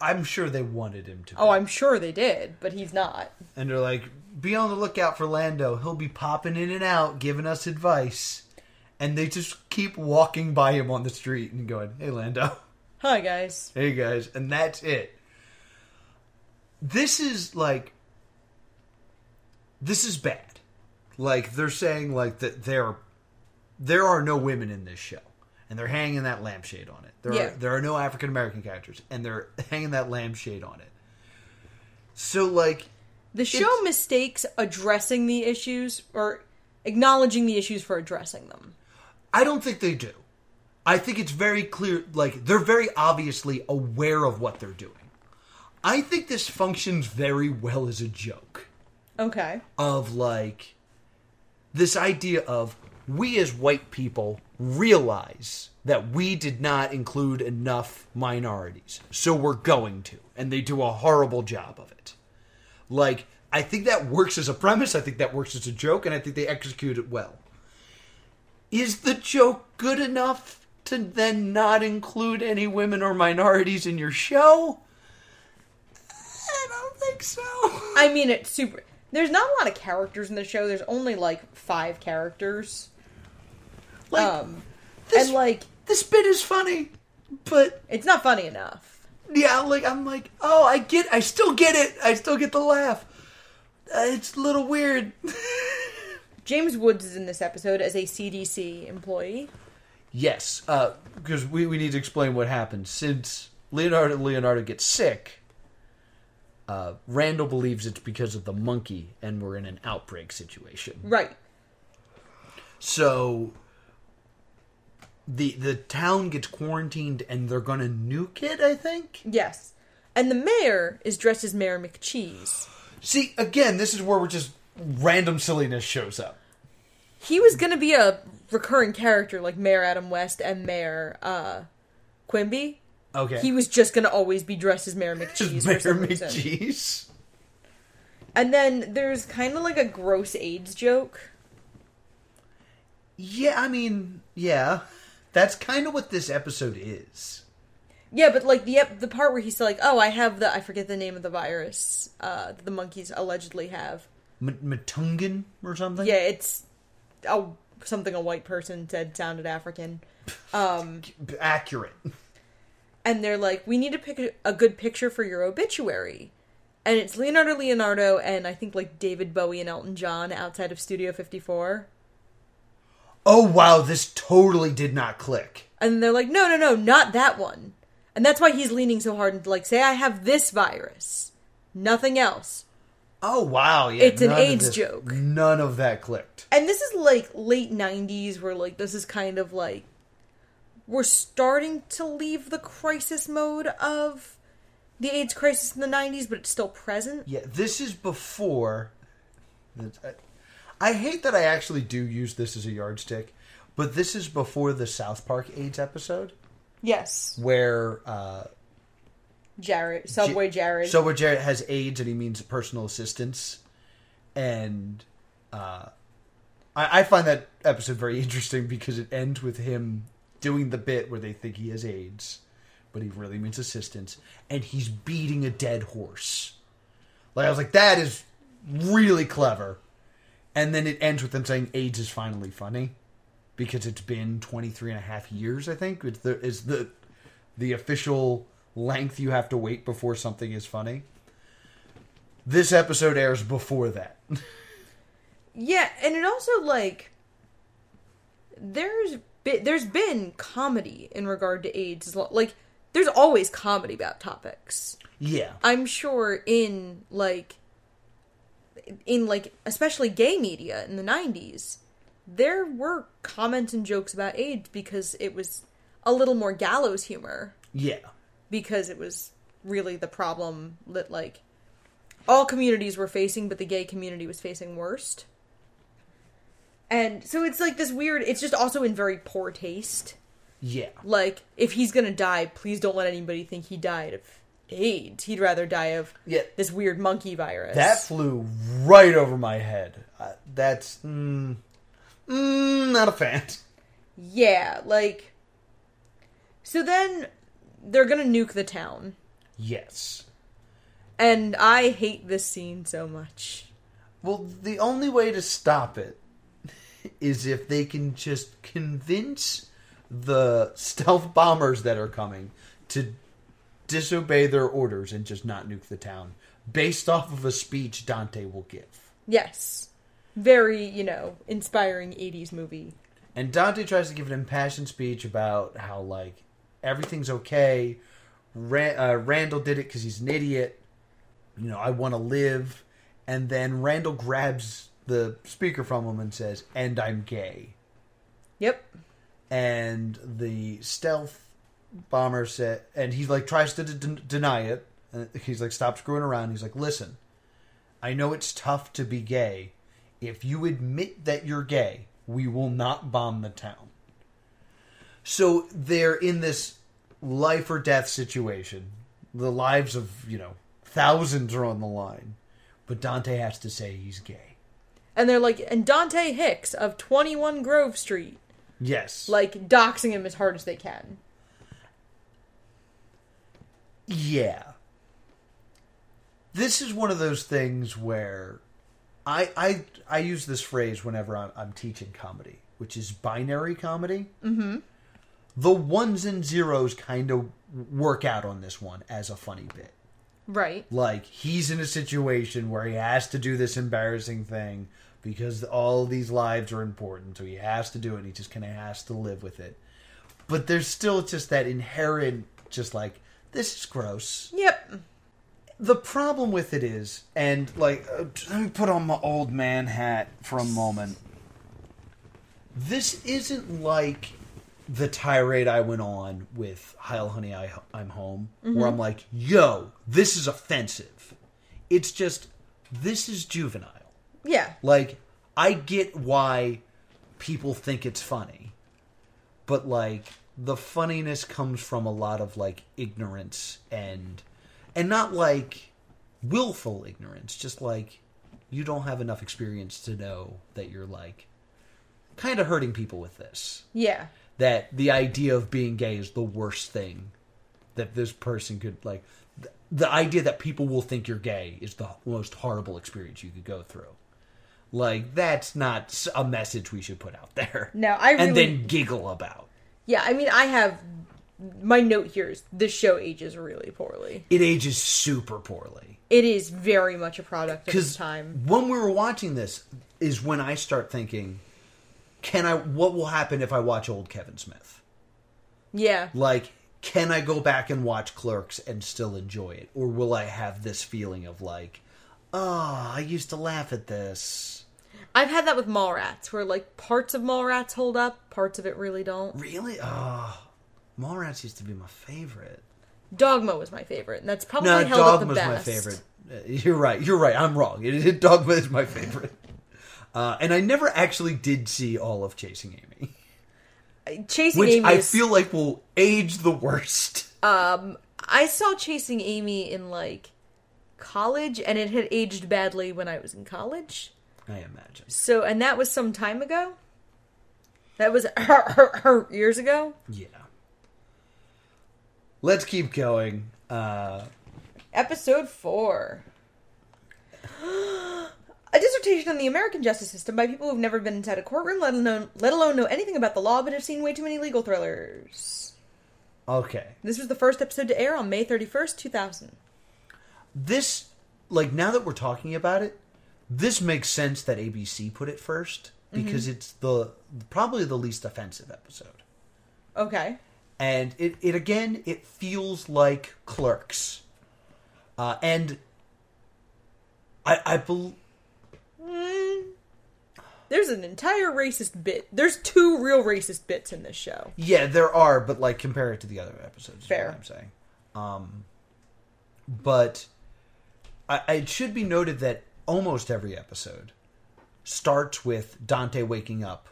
Speaker 2: I'm sure they wanted him to.
Speaker 1: Oh, I'm sure they did, but he's not.
Speaker 2: And they're like, be on the lookout for Lando. He'll be popping in and out, giving us advice. And they just keep walking by him on the street and going, hey, Lando.
Speaker 1: Hi, guys.
Speaker 2: Hey, guys. And that's it. This is like, this is bad. Like, they're saying, like, that there, there are no women in this show. And they're hanging that lampshade on it. There,
Speaker 12: Yeah.
Speaker 2: are, there are no African American characters. And they're hanging that lampshade on it. So, like,
Speaker 1: The show mistakes addressing the issues or acknowledging the issues for addressing them.
Speaker 2: I don't think they do. I think it's very clear, like, they're very obviously aware of what they're doing. I think this functions very well as a joke
Speaker 1: Okay.
Speaker 2: of, like, this idea of we as white people realize that we did not include enough minorities, so we're going to. And they do a horrible job of it. Like, I think that works as a premise, I think that works as a joke, and I think they execute it well is the joke good enough to then not include any women or minorities in your show? I don't think so.
Speaker 1: I mean, it's super. There's not a lot of characters in the show. There's only like five characters.
Speaker 2: Like,
Speaker 1: um, and like
Speaker 2: this bit is funny, but
Speaker 1: it's not funny enough.
Speaker 2: Yeah, like I'm like, oh, I get, I still get it, I still get the laugh. Uh, it's a little weird.
Speaker 1: James Woods is in this episode as a CDC employee.
Speaker 2: Yes, because we, we need to explain what happened. Since Leonardo Leonardo gets sick, uh, Randall believes it's because of the monkey, and we're in an outbreak situation.
Speaker 1: Right.
Speaker 2: So the the town gets quarantined, and they're gonna nuke it. I think.
Speaker 1: Yes. And the mayor is dressed as Mayor McCheese.
Speaker 2: See, again, this is where we're just random silliness shows up.
Speaker 1: He was going to be a recurring character like Mayor Adam West and Mayor uh, Quimby.
Speaker 2: Okay.
Speaker 1: He was just going to always be dressed as Mayor McCheese. for
Speaker 2: Mayor
Speaker 1: some reason.
Speaker 2: McGee's.
Speaker 1: And then there's kind of like a gross AIDS joke.
Speaker 2: Yeah, I mean, yeah, that's kind of what this episode is.
Speaker 1: Yeah, but like the ep- the part where he's like, "Oh, I have the I forget the name of the virus uh, that the monkeys allegedly have."
Speaker 2: M- Matungan or something.
Speaker 1: Yeah, it's a something a white person said sounded African. Um,
Speaker 2: Accurate.
Speaker 1: and they're like, we need to pick a, a good picture for your obituary. And it's Leonardo Leonardo and I think like David Bowie and Elton John outside of Studio 54.
Speaker 2: Oh wow, this totally did not click.
Speaker 1: And they're like, no, no, no, not that one. And that's why he's leaning so hard into like, say, I have this virus, nothing else.
Speaker 2: Oh wow, yeah.
Speaker 1: It's an
Speaker 2: none of
Speaker 1: AIDS
Speaker 2: this-
Speaker 1: joke.
Speaker 2: None of that clicked.
Speaker 1: And this is like late 90s where like this is kind of like we're starting to leave the crisis mode of the AIDS crisis in the 90s but it's still present.
Speaker 2: Yeah, this is before. uh, I hate that I actually do use this as a yardstick, but this is before the South Park AIDS episode
Speaker 1: Yes.
Speaker 2: where uh,
Speaker 1: Jared Subway Jared.
Speaker 2: So where Jared has AIDS and he means personal assistance, and uh, I, I find that episode very interesting because it ends with him doing the bit where they think he has AIDS, but he really means assistance, and he's beating a dead horse. Like I was like, that is really clever, and then it ends with them saying AIDS is finally funny. Because it's been 23 and a half years, I think. It's the, is the the official length you have to wait before something is funny. This episode airs before that.
Speaker 1: Yeah, and it also like there's be- there's been comedy in regard to AIDS as well. Like there's always comedy about topics.
Speaker 2: Yeah.
Speaker 1: I'm sure in like in like especially gay media in the 90s there were comments and jokes about AIDS because it was a little more gallows humor
Speaker 2: Yeah.
Speaker 1: because it was really the problem that like all communities were facing but the gay community was facing worst and so it's like this weird it's just also in very poor taste
Speaker 2: Yeah.
Speaker 1: like if he's gonna die please don't let anybody think he died of aids he'd rather die of
Speaker 2: yeah.
Speaker 1: this weird monkey virus
Speaker 2: That flew right over my head. Uh, that's mm, mm, not a fan.
Speaker 1: yeah like so then they're gonna nuke the town
Speaker 2: Yes.
Speaker 1: and i hate this scene so much
Speaker 2: Well, the only way to stop it is if they can just convince the stealth bombers that are coming to disobey their orders and just not nuke the town based off of a speech Dante will give.
Speaker 1: Yes. Very, you know, inspiring 80s movie.
Speaker 2: And Dante tries to give an impassioned speech about how like everything's okay. Ran- uh, Randall did it because he's an idiot. You know, I want to live. And then Randall grabs the speaker from him and says, "And I'm gay."
Speaker 1: Yep.
Speaker 2: And the stealth bomber said, and he like tries to d- deny it. And he's like, "Stop screwing around." He's like, "Listen, I know it's tough to be gay. If you admit that you're gay, we will not bomb the town. So they're in this life or death situation. The lives of, you know, thousands are on the line. But Dante has to say he's gay.
Speaker 1: And they're like, and Dante Hicks of 21 Grove Street,
Speaker 2: Yes.
Speaker 1: like, doxing him as hard as they can.
Speaker 2: Yeah. This is one of those things where I I I use this phrase whenever I'm, I'm teaching comedy, which is binary comedy.
Speaker 1: Mm
Speaker 2: The ones and zeros kind of work out on this one as a funny bit.
Speaker 1: hmm. Right.
Speaker 2: Like he's in a situation where he has to do this embarrassing thing because all these lives are important, so he has to do it. And he just kind of has to live with it. But there's still just that inherent, just like this is gross.
Speaker 1: Yep.
Speaker 2: The problem with it is, and like, uh, let me put on my old man hat for a moment. This isn't like the tirade I went on with "Heil, Honey, I, I'm Home," where
Speaker 13: Mhm.
Speaker 2: I'm like, "Yo, this is offensive." It's just this is juvenile.
Speaker 1: Yeah.
Speaker 2: Like, I get why people think it's funny, but like the funniness comes from a lot of like ignorance and and not like willful ignorance, just like you don't have enough experience to know that you're like kind of hurting people with this.
Speaker 1: Yeah.
Speaker 2: That the idea of being gay is the worst thing that this person could like. th- The idea that people will think you're gay is the most horrible experience you could go through. Like that's not s- a message we should put out there.
Speaker 1: No, I
Speaker 2: and
Speaker 1: really-
Speaker 2: then giggle about.
Speaker 1: Yeah, I mean, I have my note here is this show ages really poorly.
Speaker 2: It ages super poorly.
Speaker 1: It is very much a product of its
Speaker 2: Because
Speaker 1: time.
Speaker 2: when we were watching this, is when I start thinking, can I? What will happen if I watch old Kevin Smith?
Speaker 1: Yeah,
Speaker 2: Like, can I go back and watch Clerks and still enjoy it, or will I have this feeling of like, oh, I used to laugh at this?
Speaker 1: I've had that with Mallrats, where like parts of Mallrats hold up, parts of it really don't.
Speaker 2: Really? Oh, Mallrats used to be my favorite.
Speaker 1: Dogma was my favorite, and that's probably
Speaker 2: no,
Speaker 1: Oh, held up the
Speaker 2: Dogma's
Speaker 1: best.
Speaker 2: my favorite. Uh, You're right. You're right. I'm wrong. It, it- Dogma is my favorite. Uh, and I never actually did see all of Chasing Amy,
Speaker 1: Chasing
Speaker 2: which
Speaker 1: Amy.
Speaker 2: I
Speaker 1: is-
Speaker 2: feel like will age the worst.
Speaker 1: Um, I saw Chasing Amy in like college, and it had aged badly when I was in college.
Speaker 2: I imagine.
Speaker 1: So, and that was some time ago. That was years ago.
Speaker 2: Yeah. Let's keep going. Uh,
Speaker 1: Episode four. A dissertation on the American justice system by people who've never been inside a courtroom, let alone let alone know anything about the law, but have seen way too many legal thrillers.
Speaker 2: okay.
Speaker 1: This was the first episode to air on May thirty first, two thousand.
Speaker 2: This, like, now that we're talking about it, this makes sense that ABC put it first because
Speaker 1: Mhm.
Speaker 2: it's the probably the least offensive episode.
Speaker 1: Okay.
Speaker 2: and it, it again it feels like clerks uh, and i i bel
Speaker 1: Mm. There's an entire racist bit. There's two real racist bits in this show.
Speaker 2: yeah there are but like compare it to the other episodes is
Speaker 1: Fair.
Speaker 2: what i'm saying um but I, I- it should be noted that almost every episode starts with dante waking up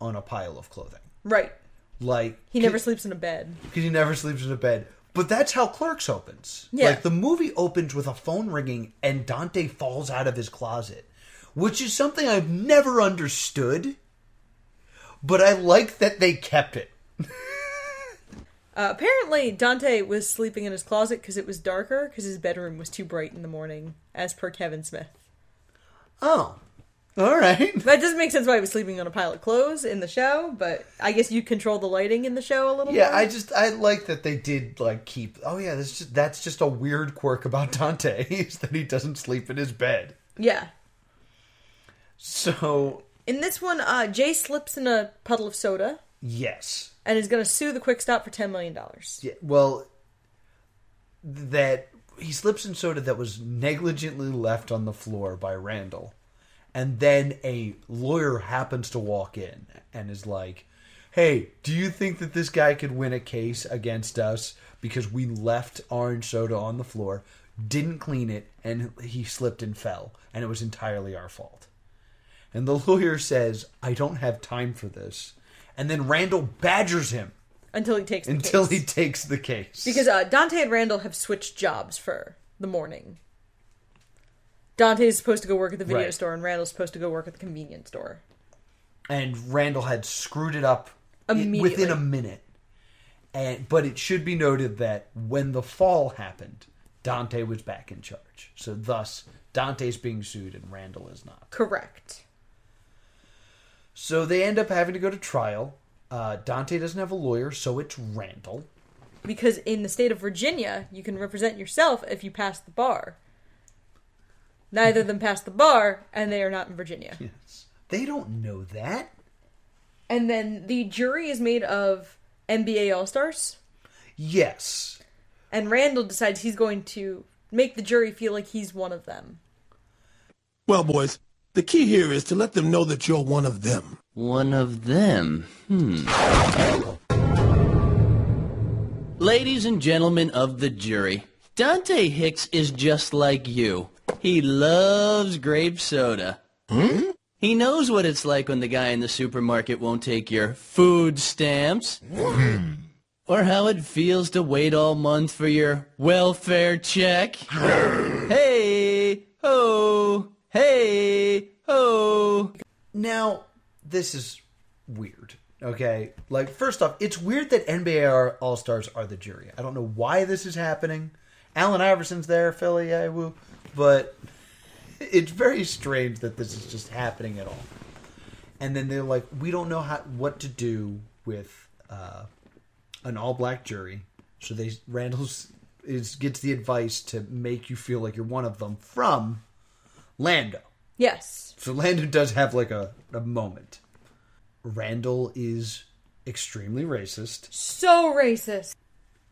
Speaker 2: on a pile of clothing
Speaker 1: Right.
Speaker 2: like
Speaker 1: He never sleeps in a bed.
Speaker 2: because he never sleeps in a bed. But that's how Clerks opens.
Speaker 1: Yeah.
Speaker 2: Like the movie opens with a phone ringing and Dante falls out of his closet, which is something I've never understood. But I like that they kept it.
Speaker 1: Uh, apparently, Dante was sleeping in his closet because it was darker because his bedroom was too bright in the morning, as per Kevin Smith.
Speaker 2: Oh, all right.
Speaker 1: That doesn't make sense why he was sleeping on a pile of clothes in the show, but I guess you control the lighting in the show a little.
Speaker 2: Yeah,
Speaker 1: more.
Speaker 2: I just I like that they did like keep. Oh yeah, that's just that's just a weird quirk about Dante is that he doesn't sleep in his bed.
Speaker 1: yeah.
Speaker 2: So
Speaker 1: In this one, uh, Jay slips in a puddle of soda
Speaker 2: yes,
Speaker 1: and is going to sue the Quick Stop for ten million dollars.
Speaker 2: Yeah, well, that he slips in soda that was negligently left on the floor by Randall, and then a lawyer happens to walk in and is like, "Hey, do you think that this guy could win a case against us because we left orange soda on the floor, didn't clean it, and he slipped and fell, and it was entirely our fault?" And the lawyer says, "I don't have time for this." And then Randall badgers him
Speaker 1: Until he takes the
Speaker 2: until
Speaker 1: case.
Speaker 2: he takes the case.
Speaker 1: because uh, Dante and Randall have switched jobs for the morning. Dante is supposed to go work at the video
Speaker 2: Right.
Speaker 1: store, and Randall's supposed to go work at the convenience store.
Speaker 2: and Randall had screwed it up i-
Speaker 1: Immediately.
Speaker 2: within a minute. And but it should be noted that when the fall happened, Dante was back in charge. So thus Dante's being sued and Randall is not.
Speaker 1: Correct.
Speaker 2: So they end up having to go to trial. Uh, Dante doesn't have a lawyer, so it's Randall.
Speaker 1: Because in the state of Virginia, you can represent yourself if you pass the bar. Neither of them passed the bar, and they are not in Virginia.
Speaker 2: Yes. They don't know that.
Speaker 1: And then the jury is made of NBA All Stars,
Speaker 2: Yes.
Speaker 1: and Randall decides he's going to make the jury feel like he's one of them.
Speaker 13: Well, boys, the key here is to let them know that you're one of them.
Speaker 5: One of them. Hmm. Ladies and gentlemen of the jury, Dante Hicks is just like you. He loves grape soda. Hmm? He knows what it's like when the guy in the supermarket won't take your food stamps. Or how it feels to wait all month for your welfare check. hey, ho, hey, ho.
Speaker 2: Now, this is weird. Okay, like first off, it's weird that NBA All Stars are the jury. I don't know why this is happening. Allen Iverson's there, Philly, yeah, woo. But it's very strange that this is just happening at all. And then they're like, we don't know how what to do with uh, an all black jury, so they Randall's is gets the advice to make you feel like you're one of them from Lando.
Speaker 1: Yes.
Speaker 2: So Lando does have like a, a moment. Randall is extremely racist.
Speaker 1: So racist.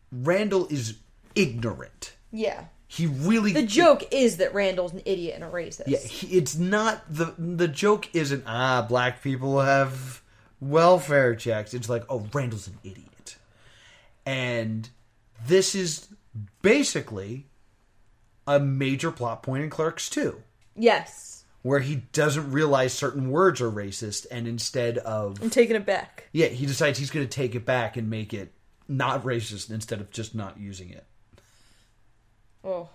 Speaker 2: Randall is ignorant.
Speaker 1: Yeah.
Speaker 2: He really
Speaker 1: The joke is that Randall's an idiot and a racist.
Speaker 2: Yeah, he, it's not the the joke isn't ah black people have welfare checks. It's like oh Randall's an idiot, and this is basically a major plot point in Clerks too,
Speaker 1: Yes.
Speaker 2: where he doesn't realize certain words are racist, and instead of
Speaker 1: I'm taking it back.
Speaker 2: yeah, he decides he's going to take it back and make it not racist instead of just not using it.
Speaker 1: Oh.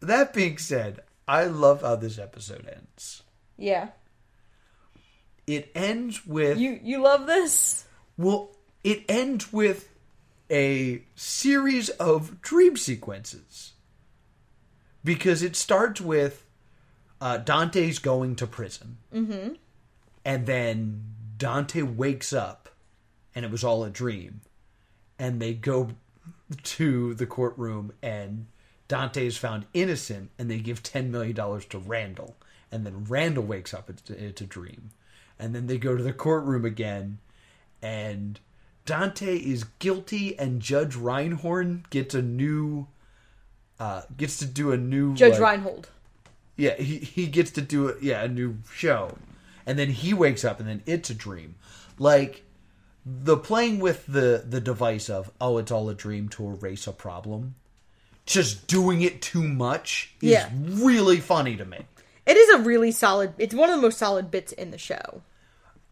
Speaker 2: That being said, I love how this episode ends.
Speaker 1: Yeah.
Speaker 2: It ends with
Speaker 1: You you love this?
Speaker 2: well, it ends with a series of dream sequences because it starts with uh, Dante's going to prison,
Speaker 4: Mm-hmm.
Speaker 2: and then Dante wakes up, and it was all a dream, and they go to the courtroom, and Dante is found innocent, and they give ten million dollars to Randall, and then Randall wakes up, it's, it's a dream, and then they go to the courtroom again, and Dante is guilty, and Judge Reinhorn gets a new, uh, gets to do a new
Speaker 1: Judge
Speaker 2: like-
Speaker 1: Reinhold.
Speaker 2: yeah, he, he gets to do a, yeah a new show, and then he wakes up, and then it's a dream. Like the playing with the the device of oh, it's all a dream to erase a problem. Just doing it too much is
Speaker 1: Yeah.
Speaker 2: really funny to me.
Speaker 1: It is a really solid it's one of the most solid bits in the show.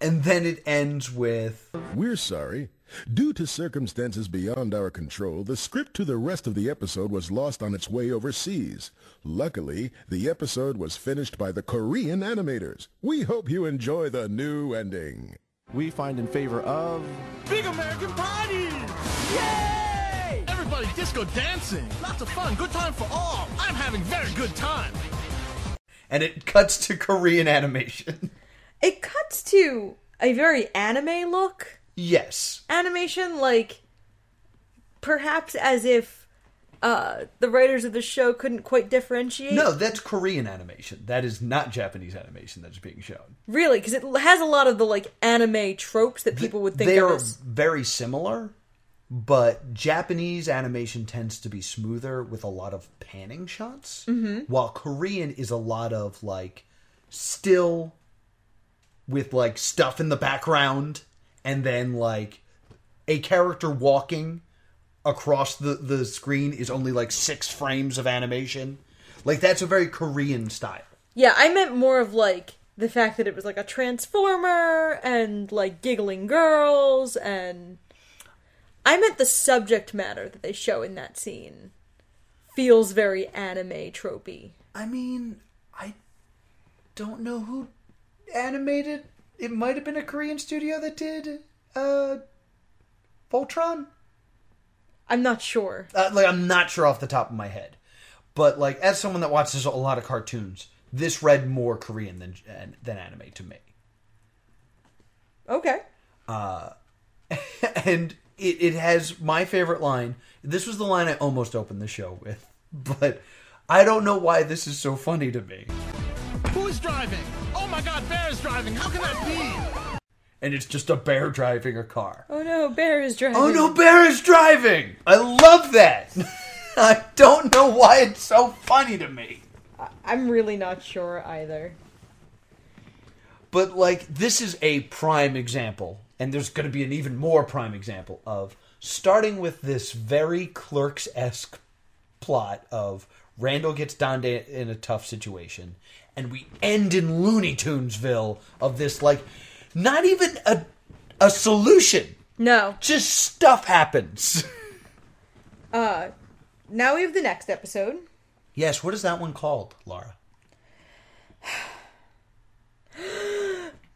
Speaker 2: And then it ends with
Speaker 3: We're sorry. Due to circumstances beyond our control, the script to the rest of the episode was lost on its way overseas. Luckily, the episode was finished by the Korean animators. We hope you enjoy the new ending. We find in favor of
Speaker 4: Big American Party! Yay! Everybody disco dancing. Lots of fun. Good time for all. I'm having very good time.
Speaker 2: and it cuts to Korean animation.
Speaker 1: It cuts to a very anime look.
Speaker 2: yes,
Speaker 1: Animation like perhaps as if uh the writers of the show couldn't quite differentiate.
Speaker 2: no, that's Korean animation. That is not Japanese animation that's being shown.
Speaker 1: Really, because it has a lot of the like anime tropes that people would think
Speaker 2: they
Speaker 1: of
Speaker 2: are
Speaker 1: as
Speaker 2: very similar, but Japanese animation tends to be smoother with a lot of panning shots,
Speaker 4: Mhm.
Speaker 1: Mm-hmm.
Speaker 2: while Korean is a lot of like still with like stuff in the background and then like a character walking across the the screen is only like 6 frames of animation. Like that's a very Korean style.
Speaker 1: Yeah, I meant more of like the fact that it was like a transformer and like giggling girls and I meant the subject matter that they show in that scene feels very anime tropey.
Speaker 2: I mean, I don't know who animated. It might have been a Korean studio that did uh, Voltron.
Speaker 1: I'm not sure.
Speaker 2: Uh, like I'm not sure off the top of my head, but like as someone that watches a lot of cartoons, this read more Korean than than anime to me.
Speaker 1: Okay.
Speaker 2: Uh, and it, it has my favorite line. This was the line I almost opened the show with, but I don't know why this is so funny to me.
Speaker 4: Who's driving? Oh my god, Bear's driving. How can that be?
Speaker 2: And it's just a bear driving a car.
Speaker 1: Oh no, Bear is driving.
Speaker 2: Oh no, Bear is driving! I love that! I don't know why it's so funny to me.
Speaker 1: I'm really not sure either.
Speaker 2: But, like, this is a prime example, and there's going to be an even more prime example of starting with this very clerks esque plot of Randall gets Donde in a tough situation, and we end in Looney Tunesville of this, like, not even a, a solution.
Speaker 1: No.
Speaker 2: Just stuff happens.
Speaker 1: Uh now we have the next episode.
Speaker 2: yes, what is that one called, Laura?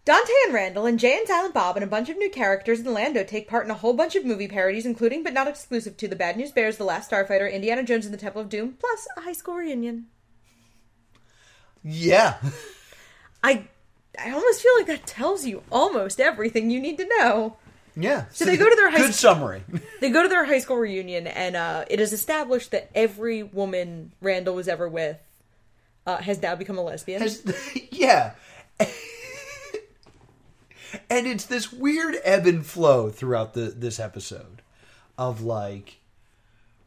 Speaker 1: Dante and Randall and Jay and Silent Bob and a bunch of new characters in Lando take part in a whole bunch of movie parodies, including but not exclusive to The Bad News Bears, The Last Starfighter, Indiana Jones and the Temple of Doom, plus a high school reunion.
Speaker 2: Yeah.
Speaker 1: I I almost feel like that tells you almost everything you need to know.
Speaker 2: Yeah.
Speaker 1: So they go to their high
Speaker 2: Good summary.
Speaker 1: They go to their high school reunion, and uh, it is established that every woman Randall was ever with uh, has now become a lesbian.
Speaker 2: yeah. and it's this weird ebb and flow throughout the this episode of like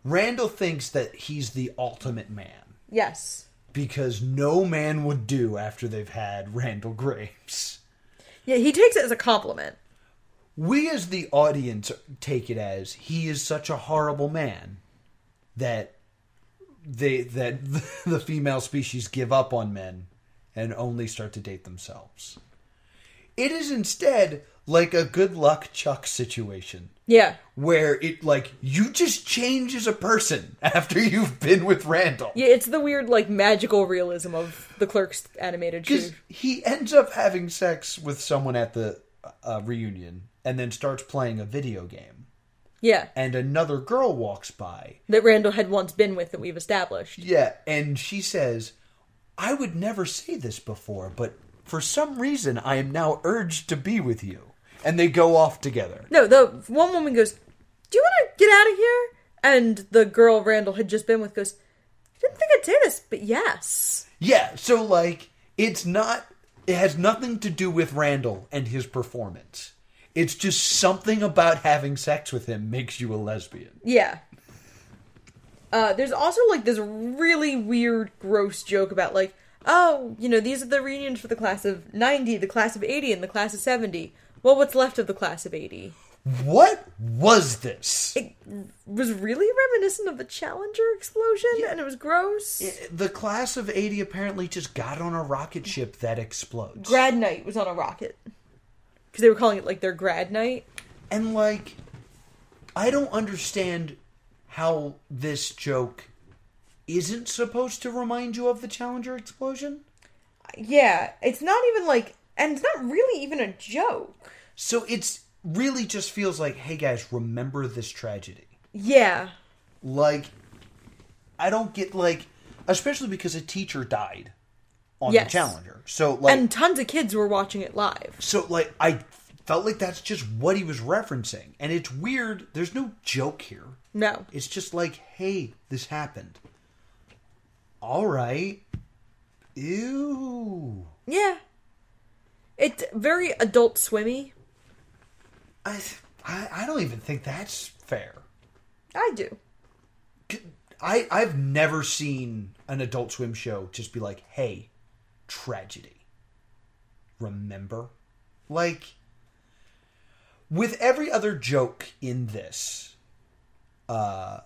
Speaker 2: Randall thinks that he's the ultimate man
Speaker 1: Yes.
Speaker 2: because no man would do after they've had Randall Graves.
Speaker 1: Yeah, he takes it as a compliment.
Speaker 2: We as the audience take it as he is such a horrible man that they that the female species give up on men and only start to date themselves. It is instead like a good luck Chuck situation
Speaker 1: Yeah.
Speaker 2: where it like you just change as a person after you've been with Randall.
Speaker 1: Yeah, it's the weird, like, magical realism of the Clerks animated show.
Speaker 2: Because he ends up having sex with someone at the uh, reunion and then starts playing a video game.
Speaker 1: Yeah.
Speaker 2: And another girl walks by.
Speaker 1: That Randall had once been with that we've established.
Speaker 2: Yeah. And she says, I would never say this before, but for some reason I am now urged to be with you. And they go off together.
Speaker 1: No, the one woman goes, Do you want to get out of here? And the girl Randall had just been with goes, Didn't think I'd say this, but yes.
Speaker 2: Yeah. So, like, it's not, it has nothing to do with Randall and his performance. It's just something about having sex with him makes you a lesbian.
Speaker 1: Yeah. Uh, there's also like this really weird, gross joke about like, oh, you know, these are the reunions for the class of 90, the class of 80, and the class of 70. Well, what's left of the class of 80?
Speaker 2: What was this?
Speaker 1: It was really reminiscent of the Challenger explosion, and it was gross.
Speaker 2: The class of 80 apparently just got on a rocket ship that explodes.
Speaker 1: Grad night was on a rocket because they were calling it like their grad night.
Speaker 2: And like, I don't understand how this joke isn't supposed to remind you of the Challenger explosion.
Speaker 1: Yeah, it's not even like, and it's not really even a joke.
Speaker 2: So it's really just feels like, hey guys, remember this tragedy.
Speaker 1: Yeah,
Speaker 2: Like, I don't get like, especially because a teacher died on
Speaker 1: Yes.
Speaker 2: the Challenger. So like,
Speaker 1: and tons of kids were watching it live.
Speaker 2: So like I felt like that's just what he was referencing. And it's weird. There's no joke here.
Speaker 1: No.
Speaker 2: It's just like, hey, this happened. All right. Ew.
Speaker 1: Yeah. It's very adult swimmy.
Speaker 2: I I, I don't even think that's fair.
Speaker 1: I do.
Speaker 2: I I've never seen an adult swim show just be like, "Hey, tragedy. Remember?" Like with every other joke in this uh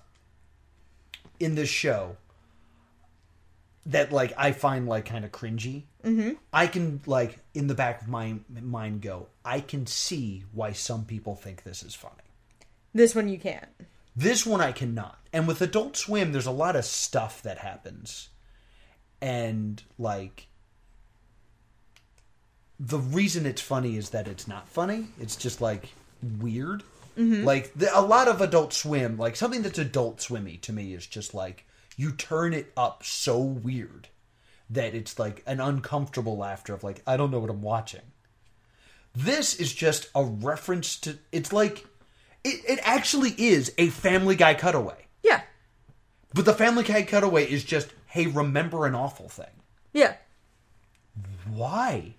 Speaker 2: in this show that like I find like kind of cringy,
Speaker 14: Mhm.
Speaker 2: I can like in the back of my mind go, "I can see why some people think this is funny."
Speaker 1: This one you can't.
Speaker 2: This one I cannot. And with Adult Swim, there's a lot of stuff that happens. And, like, the reason it's funny is that it's not funny. It's just, like, weird.
Speaker 14: Mhm.
Speaker 2: Like, the, a lot of Adult Swim, like, something that's Adult Swimmy to me is just, like, you turn it up so weird that it's, like, an uncomfortable laughter of, like, I don't know what I'm watching. This is just a reference to. It's like it, it actually is a Family Guy cutaway.
Speaker 1: Yeah.
Speaker 2: But the Family Guy cutaway is just, hey, remember an awful thing.
Speaker 1: Yeah.
Speaker 2: Why?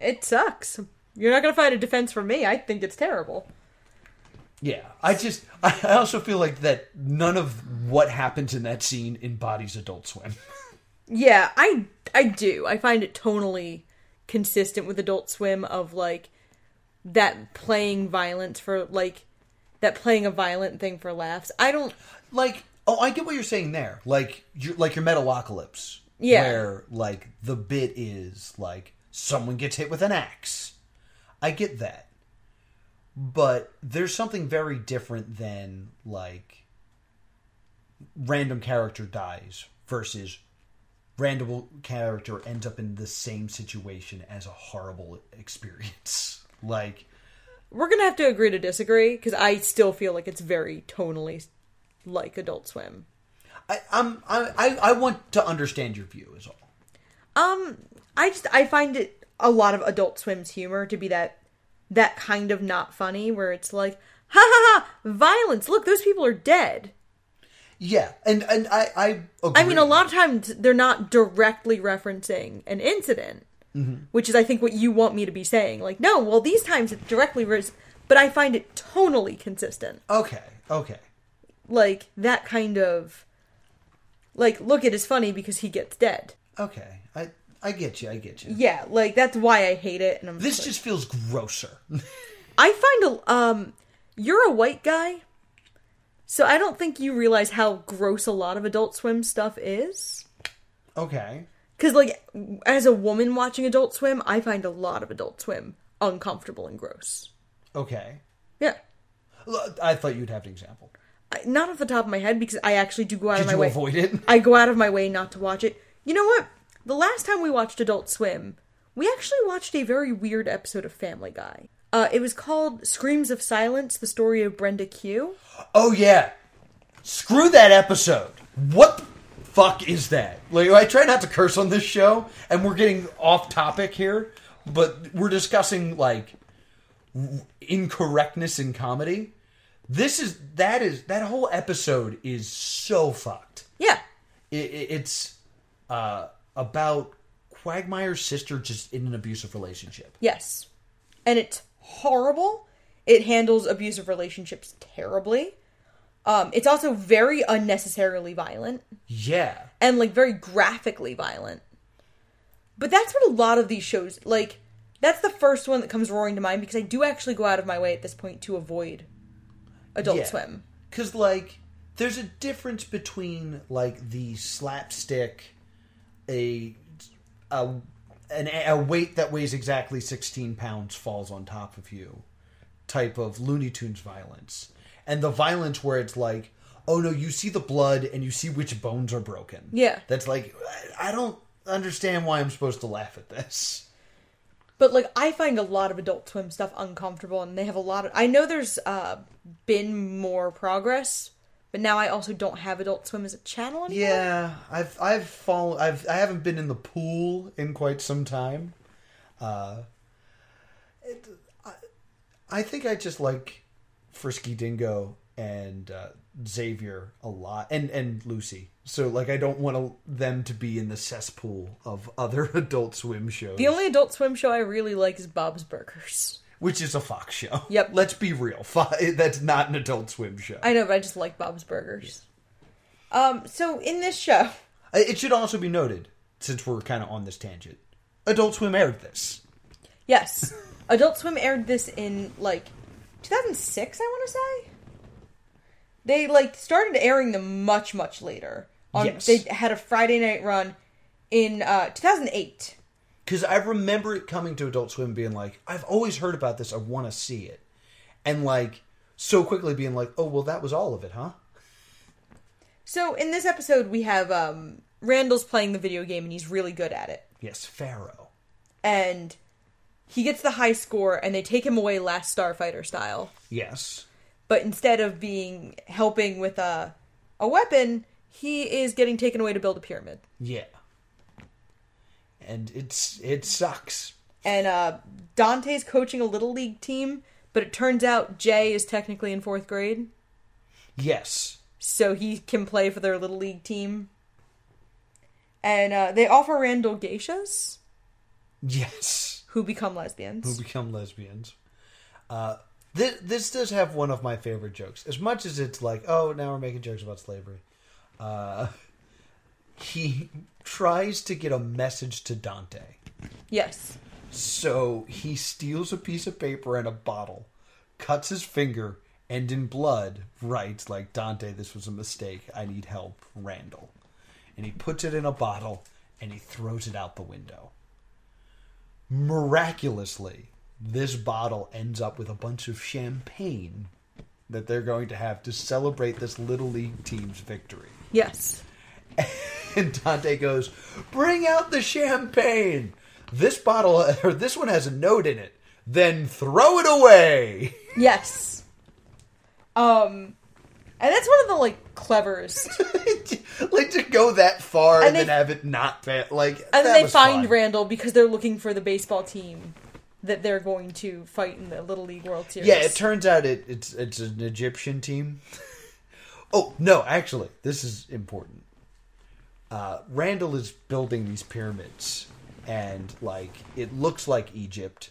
Speaker 1: It sucks. You're not going to find a defense from me. I think it's terrible.
Speaker 2: Yeah. I just, I I also feel like that none of what happens in that scene embodies Adult Swim.
Speaker 1: Yeah, I I do. I find it tonally consistent with Adult Swim of like that playing violence for like that playing a violent thing for laughs. I don't
Speaker 2: like Oh, I get what you're saying there. Like, you're, like your Metalocalypse.
Speaker 1: Yeah.
Speaker 2: Where, like, the bit is, like, someone gets hit with an axe. I get that. But there's something very different than, like, random character dies versus random character ends up in the same situation as a horrible experience. Like,
Speaker 1: We're gonna have to agree to disagree because I still feel like it's very tonally like Adult Swim.
Speaker 2: I, I'm I, I I want to understand your view is all.
Speaker 1: Um, I just I find it a lot of Adult Swim's humor to be that that kind of not funny where it's like ha ha ha violence. Look, those people are dead.
Speaker 2: Yeah, and and I I
Speaker 1: I mean, a lot of times they're not directly referencing an incident,
Speaker 2: Mhm.
Speaker 1: which is I think what you want me to be saying. Like, no, well, these times it's directly, res- but I find it tonally consistent.
Speaker 2: Okay, okay.
Speaker 1: Like that kind of, like, look, it is funny because he gets dead.
Speaker 2: Okay, I I get you. I get you.
Speaker 1: Yeah, like that's why I hate it. And I'm
Speaker 2: This
Speaker 1: like-
Speaker 2: just feels grosser.
Speaker 1: I find a um you're a white guy. So I don't think you realize how gross a lot of adult swim stuff is.
Speaker 2: Okay.
Speaker 1: Cuz like as a woman watching adult swim, I find a lot of adult swim uncomfortable and gross.
Speaker 2: Okay.
Speaker 1: Yeah.
Speaker 2: L- I thought you'd have an example.
Speaker 1: I, not off the top of my head because I actually do go out
Speaker 2: Did
Speaker 1: of my
Speaker 2: you
Speaker 1: way.
Speaker 2: avoid it?
Speaker 1: I go out of my way not to watch it. You know what? The last time we watched Adult Swim, we actually watched a very weird episode of Family Guy. Uh, it was called Screams of Silence: The Story of Brenda Q.
Speaker 2: Oh yeah. Screw that episode. What the fuck is that? Like I try not to curse on this show, and we're getting off topic here, but we're discussing like w- incorrectness in comedy. This is that is that whole episode is so fucked.
Speaker 1: Yeah.
Speaker 2: It, it- it's uh, about Quagmire's sister just in an abusive relationship.
Speaker 1: Yes. And it's horrible. It handles abusive relationships terribly. Um, it's also very unnecessarily violent
Speaker 2: Yeah.
Speaker 1: and like very graphically violent. But that's what a lot of these shows like. That's the first one that comes roaring to mind because I do actually go out of my way at this point to avoid Adult
Speaker 2: Yeah.
Speaker 1: Swim.
Speaker 2: Because, like, there's a difference between, like, the slapstick, a, a, an, a weight that weighs exactly 16 pounds falls on top of you type of Looney Tunes violence, and the violence where it's like, oh no, you see the blood and you see which bones are broken.
Speaker 1: Yeah.
Speaker 2: That's like, I I don't understand why I'm supposed to laugh at this.
Speaker 1: But like I find a lot of Adult Swim stuff uncomfortable, and they have a lot of. I know there's uh, been more progress, but now I also don't have Adult Swim as a channel anymore.
Speaker 2: Yeah, I've I've fallen. I've I haven't been in the pool in quite some time. Uh, it, I, I think I just like Frisky Dingo and uh, Xavier a lot, and and Lucy. So like, I don't want to, them to be in the cesspool of other Adult Swim shows,
Speaker 1: The only Adult Swim show I really like is Bob's Burgers.
Speaker 2: which is a Fox show.
Speaker 1: Yep.
Speaker 2: Let's be real. Fo- that's not an Adult Swim show.
Speaker 1: I know, but I just like Bob's Burgers. Um, so in this show,
Speaker 2: I- It should also be noted, since we're kind of on this tangent, Adult Swim aired this.
Speaker 1: yes, Adult Swim aired this in like 2006, I want to say. They like started airing them much much later. On
Speaker 2: Yes.
Speaker 1: they had a Friday night run in uh 2008.
Speaker 2: Because I remember it coming to Adult Swim being like, I've always heard about this. I want to see it. And like, so quickly being like, oh, well, that was all of it, huh?
Speaker 1: So in this episode we have um Randall's playing the video game and he's really good at it.
Speaker 2: Yes, Pharaoh.
Speaker 1: And he gets the high score and they take him away last starfighter style.
Speaker 2: Yes.
Speaker 1: but instead of being helping with a a weapon, he is getting taken away to build a pyramid.
Speaker 2: Yeah. And it's it sucks.
Speaker 1: And uh, Dante's coaching a little league team, but it turns out Jay is technically in fourth grade,
Speaker 2: Yes.
Speaker 1: so he can play for their little league team. And uh, they offer Randall geishas
Speaker 2: Yes.
Speaker 1: who become lesbians.
Speaker 2: Who become lesbians. Uh, this, this does have one of my favorite jokes. As much as it's like, oh, now we're making jokes about slavery. Uh, he tries to get a message to Dante.
Speaker 1: yes.
Speaker 2: So he steals a piece of paper and a bottle, cuts his finger, and in blood writes, like, Dante, this was a mistake. I need help, Randall. And he puts it in a bottle and he throws it out the window. Miraculously, this bottle ends up with a bunch of champagne that they're going to have to celebrate this Little League team's victory.
Speaker 1: Yes.
Speaker 2: And Dante goes, "Bring out the champagne. This bottle or this one has a note in it. Then throw it away."
Speaker 1: Yes. Um, and that's one of the like cleverest.
Speaker 2: like to go that far and,
Speaker 1: And
Speaker 2: then
Speaker 1: they-
Speaker 2: have it not fa- like.
Speaker 1: and
Speaker 2: that
Speaker 1: then they
Speaker 2: was
Speaker 1: find
Speaker 2: fun.
Speaker 1: Randall because they're looking for the baseball team that they're going to fight in the Little League World Series.
Speaker 2: Yeah, it turns out it, it's it's an Egyptian team. oh no, actually, this is important. Uh, Randall is building these pyramids, and like it looks like Egypt,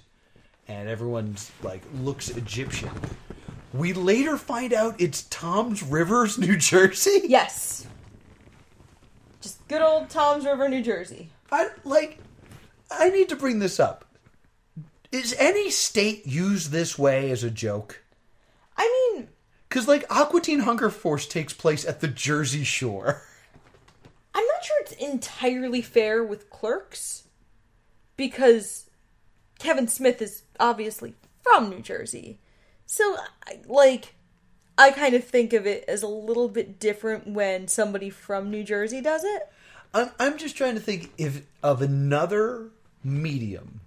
Speaker 2: and everyone's like looks Egyptian. We later find out it's Tom's Rivers, New Jersey.
Speaker 1: Yes. Just good old Tom's River, New Jersey.
Speaker 2: I like. I need to bring this up. Is any state used this way as a joke?
Speaker 1: I mean,
Speaker 2: because like Aquatine Hunger Force takes place at the Jersey Shore.
Speaker 1: I'm not sure it's entirely fair with clerks because Kevin Smith is obviously from New Jersey. So, I- like, I kind of think of it as a little bit different when somebody from New Jersey does it.
Speaker 2: I'm I'm just trying to think if of another medium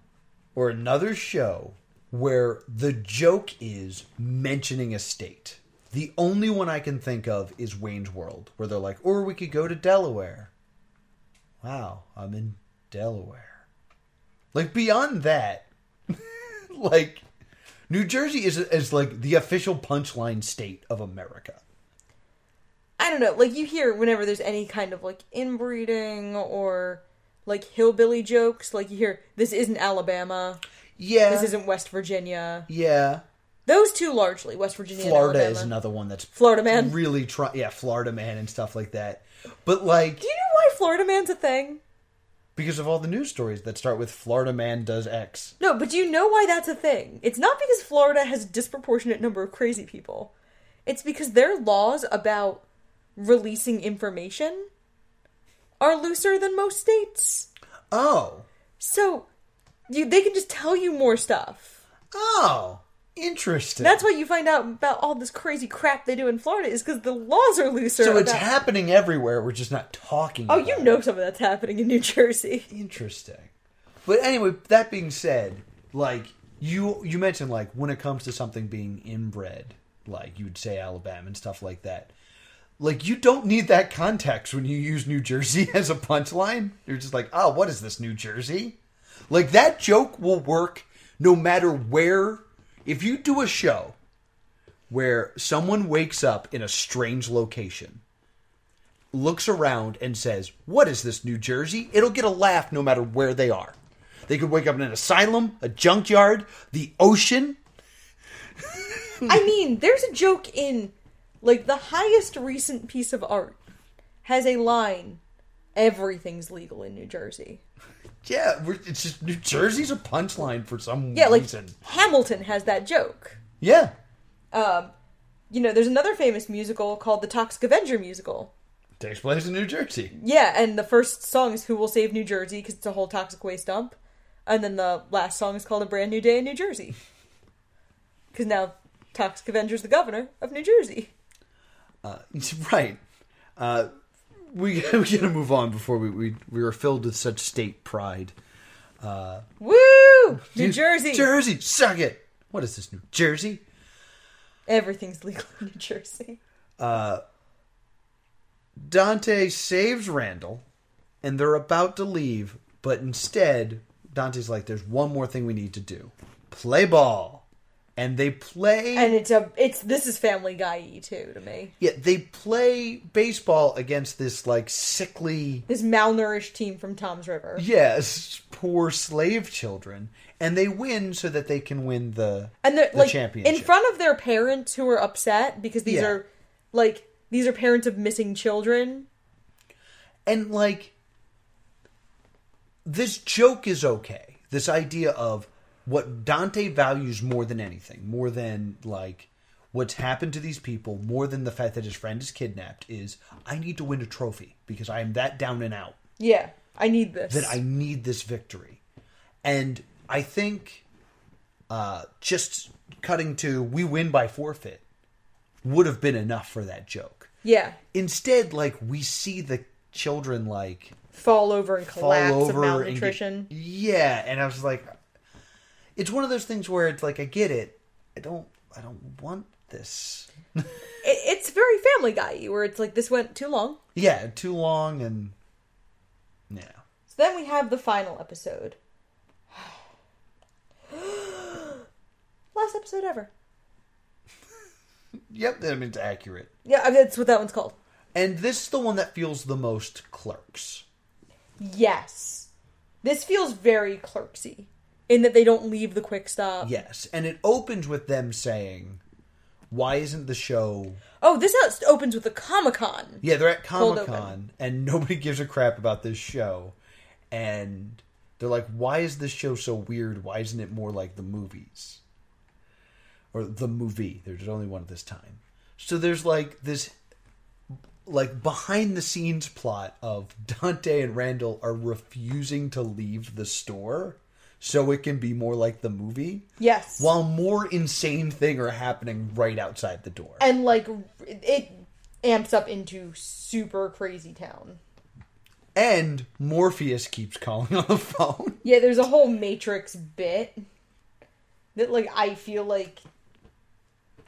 Speaker 2: or another show where the joke is mentioning a state. The only one I can think of is Wayne's World, where they're like, or we could go to Delaware. Wow, I'm in Delaware. Like beyond that, like New Jersey is is like the official punchline state of America.
Speaker 1: I don't know, like, you hear whenever there's any kind of, like, inbreeding or, like, hillbilly jokes, like, you hear, this isn't Alabama.
Speaker 2: Yeah.
Speaker 1: This isn't West Virginia.
Speaker 2: Yeah.
Speaker 1: Those two largely, West Virginia
Speaker 2: Florida
Speaker 1: and Alabama.
Speaker 2: is another one that's
Speaker 1: Florida Man.
Speaker 2: Really try, yeah, Florida man and stuff like that. But like
Speaker 1: Do you know why Florida Man's a thing?
Speaker 2: because of all the news stories that start with Florida man does X.
Speaker 1: No, but do you know why that's a thing? It's not because Florida has a disproportionate number of crazy people. It's because their laws about releasing information are looser than most states.
Speaker 2: Oh.
Speaker 1: So you, they can just tell you more stuff.
Speaker 2: Oh. Interesting.
Speaker 1: That's why you find out about all this crazy crap they do in Florida is because the laws are looser.
Speaker 2: so it's
Speaker 1: about-
Speaker 2: happening everywhere. We're just not talking.
Speaker 1: Oh,
Speaker 2: about
Speaker 1: you
Speaker 2: it.
Speaker 1: know some of that's happening in New Jersey.
Speaker 2: Interesting. But anyway, that being said, like you you mentioned like when it comes to something being inbred, like you'd say Alabama and stuff like that. Like you don't need that context when you use New Jersey as a punchline. You're just like, "Oh, what is this New Jersey?" Like that joke will work no matter where if you do a show where someone wakes up in a strange location looks around and says, What is this, New Jersey? It'll get a laugh no matter where they are. They could wake up in an asylum, a junkyard, the ocean.
Speaker 1: I mean, there's a joke in like the highest recent piece of art has a line everything's legal in New Jersey.
Speaker 2: Yeah, we're, it's just New Jersey's a punchline for some
Speaker 1: Yeah, like
Speaker 2: reason.
Speaker 1: Hamilton has that joke.
Speaker 2: Yeah.
Speaker 1: Um you know, there's another famous musical called the Toxic Avenger musical.
Speaker 2: Takes place in New Jersey.
Speaker 1: Yeah, and the first song is Who Will Save New Jersey because it's a whole toxic waste dump. And then the last song is called A Brand New Day in New Jersey. Because now Toxic Avenger's the governor of New Jersey.
Speaker 2: Uh, right. Uh, we, we gotta move on before we, we, we are filled with such state pride. Uh,
Speaker 1: Woo! New Jersey!
Speaker 2: Jersey, suck it! What is this, New Jersey?
Speaker 1: Everything's legal in New Jersey.
Speaker 2: Uh, Dante saves Randall, and they're about to leave, but instead, Dante's like, "There's one more thing we need to do: play ball." And they play.
Speaker 1: And it's a it's this is Family Guy too to me.
Speaker 2: yeah, they play baseball against this like sickly,
Speaker 1: This malnourished team from Tom's River.
Speaker 2: yes, poor slave children, and they win so that they can win the
Speaker 1: And they're
Speaker 2: the
Speaker 1: like
Speaker 2: championship.
Speaker 1: in front of their parents who are upset because these
Speaker 2: Yeah.
Speaker 1: are like these are parents of missing children.
Speaker 2: And like this joke is okay. This idea of what Dante values more than anything, more than like what's happened to these people, more than the fact that his friend is kidnapped, is I need to win a trophy because I am that down and out
Speaker 1: Yeah. I need this.
Speaker 2: that I need this victory. And I think uh, just cutting to we win by forfeit would have been enough for that joke
Speaker 1: Yeah.
Speaker 2: instead like we see the children like
Speaker 1: Fall over and
Speaker 2: fall
Speaker 1: collapse of
Speaker 2: over and get-
Speaker 1: malnutrition.
Speaker 2: yeah, and I was like, it's one of those things where it's like I get it. I don't. I don't want this.
Speaker 1: It, it's very Family Guy, where it's like this went too long.
Speaker 2: Yeah, too long and
Speaker 1: So then we have the final episode. Last episode ever.
Speaker 2: yep. I mean, it's accurate.
Speaker 1: Yeah, I mean, that's what that one's called.
Speaker 2: And this is the one that feels the most Clerks.
Speaker 1: Yes, this feels very clerksy in that they don't leave the quick stop.
Speaker 2: Yes, and it opens with them saying, "Why isn't the show?"
Speaker 1: Oh, this out- opens with a Comic Con.
Speaker 2: Yeah, they're at
Speaker 1: Cold
Speaker 2: Comic
Speaker 1: open.
Speaker 2: Con, and nobody gives a crap about this show, and they're like, "Why is this show so weird? Why isn't it more like the movies?" Or the movie. There's only one this time. So there's like this, like behind the scenes plot of Dante and Randall are refusing to leave the store, so it can be more like the movie.
Speaker 1: Yes.
Speaker 2: while more insane thing are happening right outside the door.
Speaker 1: and like it amps up into super crazy town.
Speaker 2: And Morpheus keeps calling on the phone.
Speaker 1: Yeah, there's a whole Matrix bit that like I feel like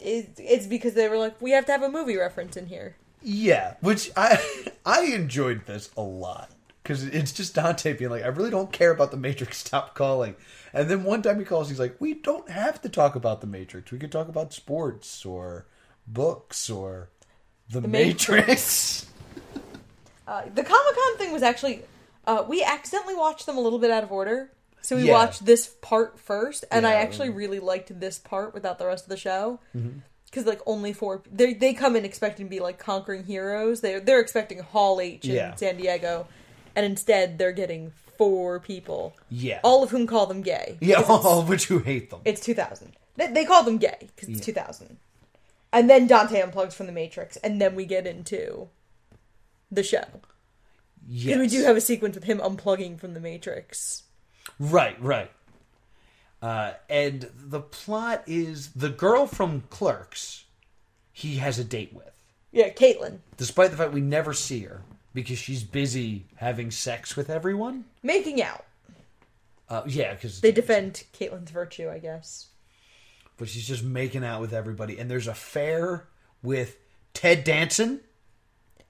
Speaker 1: it, it's because they were like we have to have a movie reference in here.
Speaker 2: Yeah, which I I enjoyed this a lot because it's just Dante being like, I really don't care about the Matrix. Stop calling. And then one time he calls, he's like, We don't have to talk about the Matrix. We could talk about sports or books or the,
Speaker 1: The
Speaker 2: Matrix.
Speaker 1: Matrix. Uh, the Comic Con thing was actually uh, we accidentally watched them a little bit out of order, so we
Speaker 2: Yeah.
Speaker 1: watched this part first, and I
Speaker 2: Yeah.
Speaker 1: actually really liked this part without the rest of the show.
Speaker 2: Mm-hmm.
Speaker 1: Because like only four, they they come in expecting to be like conquering heroes. They they're expecting Hall H in
Speaker 2: Yeah.
Speaker 1: San Diego, and instead they're getting four people,
Speaker 2: Yeah.
Speaker 1: all of whom call them gay.
Speaker 2: yeah,
Speaker 1: 'Cause
Speaker 2: all of which you hate them.
Speaker 1: It's two thousand. They, they call them gay because it's
Speaker 2: Yeah.
Speaker 1: two thousand, and then Dante unplugs from the Matrix, and then we get into the show. 'Cause
Speaker 2: Yes.
Speaker 1: we do have a sequence with him unplugging from the Matrix.
Speaker 2: Right, right. Uh, and the plot is the girl from Clerks, he has a date with.
Speaker 1: Yeah, Caitlin
Speaker 2: despite the fact we never see her because she's busy having sex with everyone.
Speaker 1: making out.
Speaker 2: Uh, yeah, because
Speaker 1: They defend Caitlin's virtue, I guess.
Speaker 2: but she's just making out with everybody, and there's a fair with Ted Danson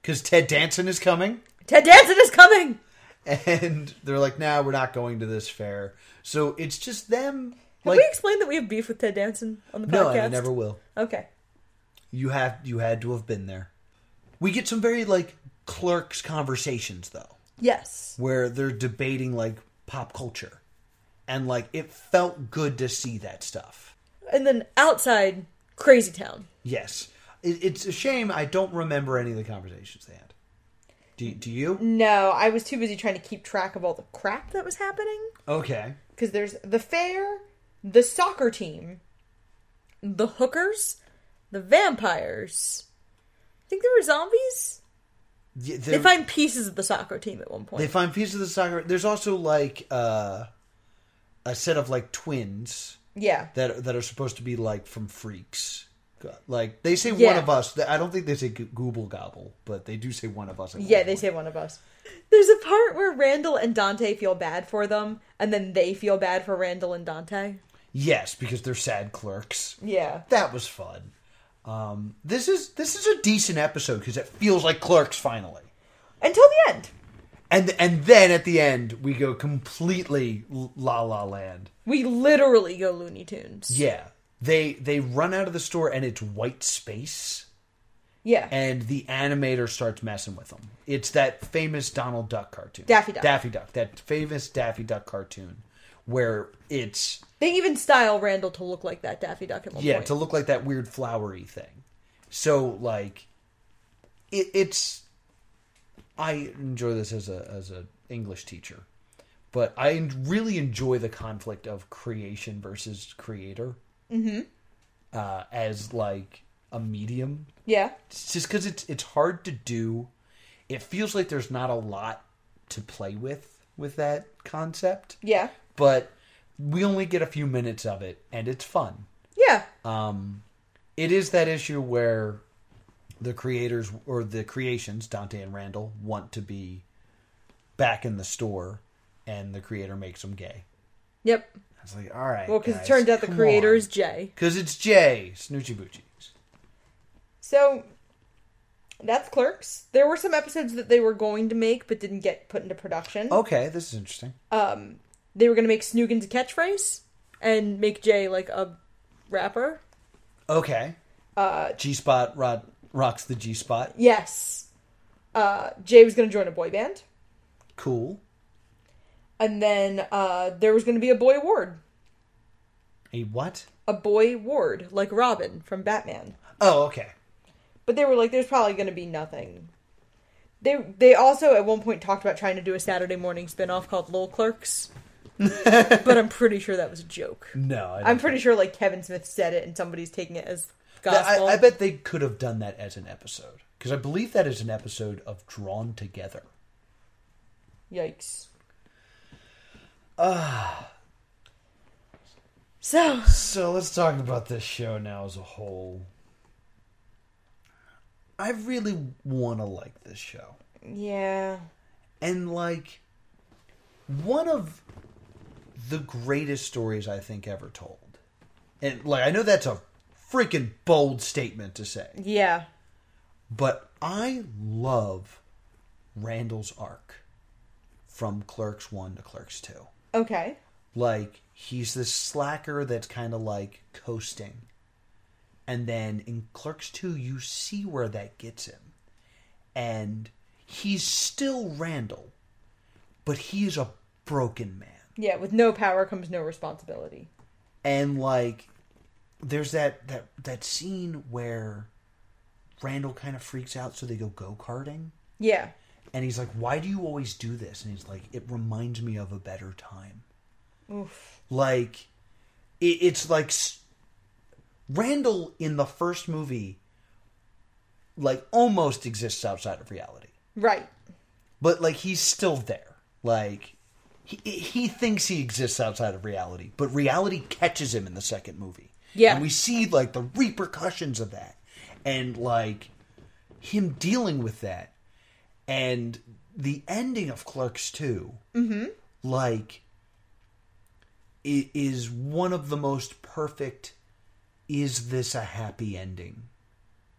Speaker 2: because Ted Danson is coming.
Speaker 1: Ted Danson is coming,
Speaker 2: and they're like, "Nah, we're not going to this fair." So it's just them.
Speaker 1: Have
Speaker 2: like,
Speaker 1: we explained that we have beef with Ted Danson on the
Speaker 2: no,
Speaker 1: podcast?
Speaker 2: and I never will.
Speaker 1: Okay.
Speaker 2: You have you had to have been there. We get some very like clerks conversations though.
Speaker 1: Yes.
Speaker 2: where they're debating like pop culture and like it felt good to see that stuff
Speaker 1: And then outside Crazy Town.
Speaker 2: yes it, it's a shame i don't remember any of the conversations they had do, do you
Speaker 1: No, I was too busy trying to keep track of all the crap that was happening.
Speaker 2: okay
Speaker 1: Because there's the fair, the soccer team, the hookers, the vampires. I think there were zombies.
Speaker 2: Yeah,
Speaker 1: They
Speaker 2: there-
Speaker 1: find pieces of the soccer team at one point.
Speaker 2: they find pieces of the soccer there's also like uh a set of like twins
Speaker 1: Yeah.
Speaker 2: that that are supposed to be like from freaks like they say one
Speaker 1: Yeah.
Speaker 2: of us i don't think they say Go- gooble gobble but they do say one of us at
Speaker 1: Yeah, they say one of us. There's a part where Randall and Dante feel bad for them, and then they feel bad for Randall and Dante.
Speaker 2: Yes, because they're sad clerks.
Speaker 1: Yeah.
Speaker 2: that was fun. Um, this is this is a decent episode because it feels like Clerks finally,
Speaker 1: Until the end,
Speaker 2: and and then at the end we go completely l- la la land.
Speaker 1: we literally go Looney Tunes.
Speaker 2: Yeah, they they run out of the store and it's white space,
Speaker 1: Yeah.
Speaker 2: and the animator starts messing with them. It's that famous Donald Duck cartoon,
Speaker 1: Daffy Duck.
Speaker 2: Daffy Duck, that famous Daffy Duck cartoon where it's
Speaker 1: They even style Randall to look like that Daffy Duck at one
Speaker 2: yeah
Speaker 1: point.
Speaker 2: to look like that weird flowery thing so like it, it's i enjoy this as a as a english teacher but i en- really enjoy the conflict of creation versus creator
Speaker 1: Mm-hmm.
Speaker 2: uh, as like a medium
Speaker 1: Yeah.
Speaker 2: it's just because it's it's hard to do it feels like there's not a lot to play with with that concept
Speaker 1: Yeah.
Speaker 2: but we only get a few minutes of it and it's fun
Speaker 1: Yeah.
Speaker 2: um, it is that issue where the creators or the creations, Dante and Randall, want to be back in the store, and the creator makes them gay.
Speaker 1: Yep.
Speaker 2: I was like, all right.
Speaker 1: Well, because it turned out the creator is Jay.
Speaker 2: Because it's Jay Snoochie Boochie.
Speaker 1: So that's Clerks. There were some episodes that they were going to make but didn't get put into production.
Speaker 2: Okay, this is interesting.
Speaker 1: Um, they were going to make Snoogan's a catchphrase and make Jay like a rapper.
Speaker 2: Okay.
Speaker 1: Uh,
Speaker 2: G Spot rod rocks the G Spot.
Speaker 1: yes. Uh, Jay was going to join a boy band.
Speaker 2: Cool.
Speaker 1: And then uh, there was going to be a boy ward.
Speaker 2: A what?
Speaker 1: A boy ward, like Robin from Batman.
Speaker 2: Oh, okay.
Speaker 1: But they were like, there's probably going to be nothing. They they also at one point talked about trying to do a Saturday morning spinoff called Lol Clerks. but I'm pretty sure that was a joke.
Speaker 2: No, I
Speaker 1: I'm pretty sure like Kevin Smith said it and somebody's taking it as gospel.
Speaker 2: I, I bet they could have done that as an episode because I believe that is an episode of Drawn Together.
Speaker 1: Yikes.
Speaker 2: Ah.
Speaker 1: So.
Speaker 2: So let's talk about this show now as a whole. I really want to like this show.
Speaker 1: Yeah.
Speaker 2: And like one of the greatest stories I think ever told. And like I know that's a freaking bold statement to say,
Speaker 1: Yeah.
Speaker 2: but I love Randall's arc from Clerks 1 to Clerks 2.
Speaker 1: Okay.
Speaker 2: Like he's this slacker that's kind of like coasting. And then in Clerks 2 you see where that gets him. And he's still Randall, but he is a broken man.
Speaker 1: Yeah, with no power comes no responsibility.
Speaker 2: and like there's that that that scene where Randall kind of freaks out so they go go-karting
Speaker 1: Yeah.
Speaker 2: and he's like why do you always do this and he's like it reminds me of a better time
Speaker 1: Oof.
Speaker 2: like it, it's like s- Randall in the first movie like almost exists outside of reality
Speaker 1: Right.
Speaker 2: but like he's still there like he, he thinks he exists outside of reality but reality catches him in the second movie
Speaker 1: Yeah.
Speaker 2: and we see like the repercussions of that and like him dealing with that and the ending of clerks 2
Speaker 1: Mm-hmm.
Speaker 2: like it is one of the most perfect is this a happy ending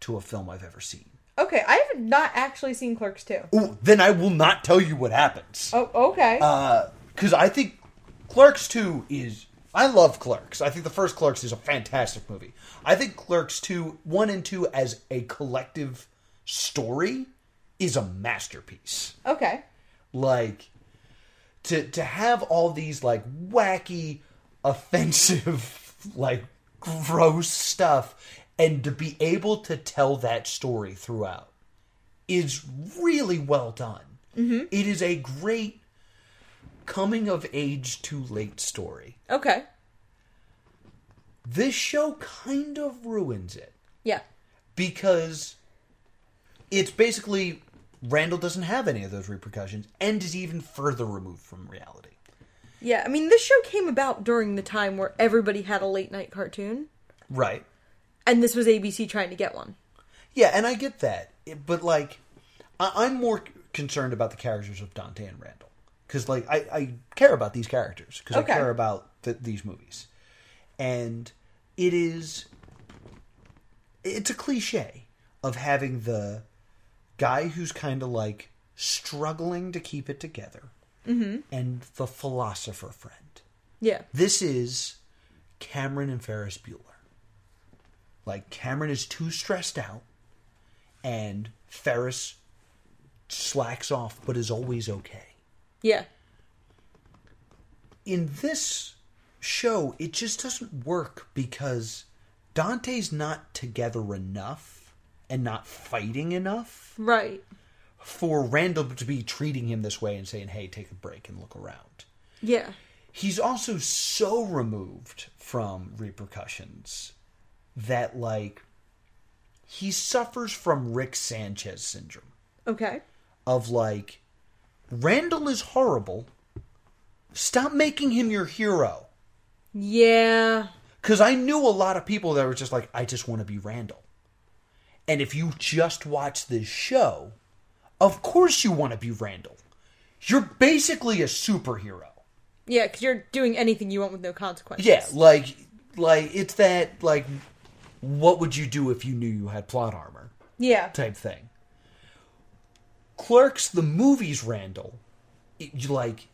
Speaker 2: to a film i've ever seen
Speaker 1: Okay, I have not actually seen Clerks 2.
Speaker 2: Ooh, then i will not tell you what happens
Speaker 1: Oh, okay.
Speaker 2: Uh. because I think Clerks Two is. I love Clerks. I think the first Clerks is a fantastic movie. I think Clerks Two, one and two as a collective story, is a masterpiece.
Speaker 1: okay.
Speaker 2: Like to to have all these like wacky, offensive, like gross stuff, and to be able to tell that story throughout is really well done.
Speaker 1: Mm-hmm.
Speaker 2: It is a great coming of age too late story.
Speaker 1: Okay.
Speaker 2: This show kind of ruins it
Speaker 1: Yeah.
Speaker 2: because it's basically Randall doesn't have any of those repercussions and is even further removed from reality.
Speaker 1: Yeah, I mean, this show came about during the time where everybody had a late night cartoon,
Speaker 2: Right.
Speaker 1: and this was ABC trying to get one.
Speaker 2: Yeah, and I get that. It- But, like, I- I'm more concerned about the characters of Dante and Randall. Because, like, I, I care about these characters. Because
Speaker 1: Okay.
Speaker 2: I care about th- these movies. And it is. It's a cliche of having the guy who's kind of, like, struggling to keep it together
Speaker 1: Mm-hmm.
Speaker 2: and the philosopher friend.
Speaker 1: Yeah.
Speaker 2: This is Cameron and Ferris Bueller. Like Cameron is too stressed out, and Ferris slacks off, but is always okay.
Speaker 1: Yeah.
Speaker 2: In this show, it just doesn't work because Dante's not together enough and not fighting enough
Speaker 1: Right.
Speaker 2: for Randall to be treating him this way and saying, "Hey, take a break and look around."
Speaker 1: Yeah.
Speaker 2: he's also so removed from repercussions that like he suffers from Rick Sanchez syndrome
Speaker 1: Okay.
Speaker 2: of like Randall is horrible. Stop making him your hero.
Speaker 1: Yeah.
Speaker 2: Cuz I knew a lot of people that were just like I just want to be Randall. And if you just watch this show, of course you want to be Randall. You're basically a superhero.
Speaker 1: Yeah, because you're doing anything you want with no consequences.
Speaker 2: Yeah, like like it's that like what would you do if you knew you had plot armor
Speaker 1: Yeah.
Speaker 2: type thing. Clerks the movies Randall it, you like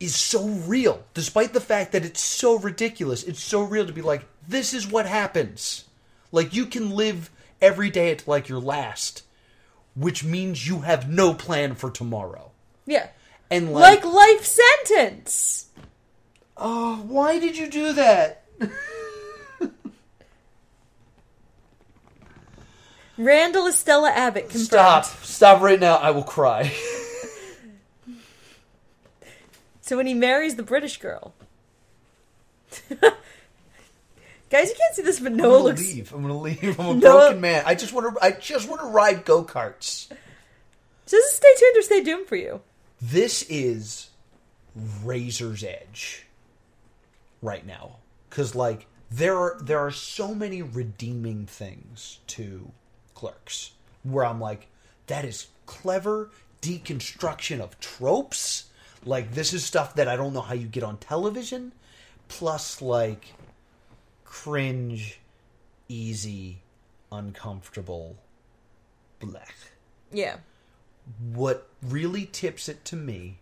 Speaker 2: is so real despite the fact that it's so ridiculous. It's so real to be like this is what happens. Like you can live every day at like your last, which means you have no plan for tomorrow.
Speaker 1: Yeah.
Speaker 2: And
Speaker 1: Like, life sentence.
Speaker 2: Oh, why did you do that?
Speaker 1: Randall is Stella Abbott confirmed.
Speaker 2: Stop. Stop right now. I will cry.
Speaker 1: So when he marries the British girl. Guys, you can't see this, but
Speaker 2: I'm
Speaker 1: Noah
Speaker 2: gonna
Speaker 1: looks.
Speaker 2: leave. I'm gonna leave. I'm a
Speaker 1: Noah-
Speaker 2: broken man. I just want to. I just want to ride go karts.
Speaker 1: So this is stay tuned or stay doomed for you.
Speaker 2: This is razor's edge right now because like there are there are so many redeeming things to clerks where i'm like that is clever deconstruction of tropes like this is stuff that i don't know how you get on television plus like cringe easy uncomfortable blech
Speaker 1: Yeah.
Speaker 2: what really tips it to me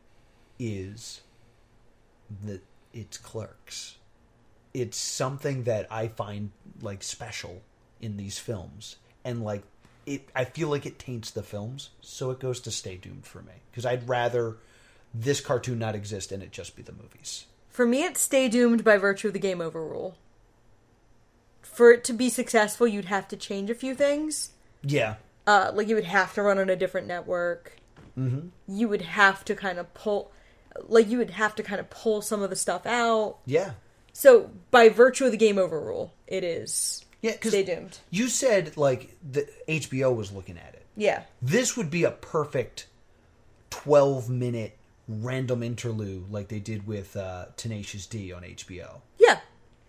Speaker 2: is that it's clerks. It's something that I find like special in these films, and like it, I feel like it taints the films, so it goes to stay doomed for me because I'd rather this cartoon not exist and it just be the movies.
Speaker 1: For me, it's stay doomed by virtue of the game over rule. For it to be successful, you'd have to change a few things.
Speaker 2: Yeah.
Speaker 1: Uh, like you would have to run on a different network.
Speaker 2: Mm-hmm.
Speaker 1: You would have to kind of pull, like you would have to kind of pull some of the stuff out.
Speaker 2: Yeah.
Speaker 1: So by virtue of the game over rule, it is
Speaker 2: yeah,
Speaker 1: stay doomed.
Speaker 2: You said like the HBO was looking at it.
Speaker 1: Yeah,
Speaker 2: this would be a perfect 12 minute random interlude like they did with uh, tenacious d on hbo
Speaker 1: yeah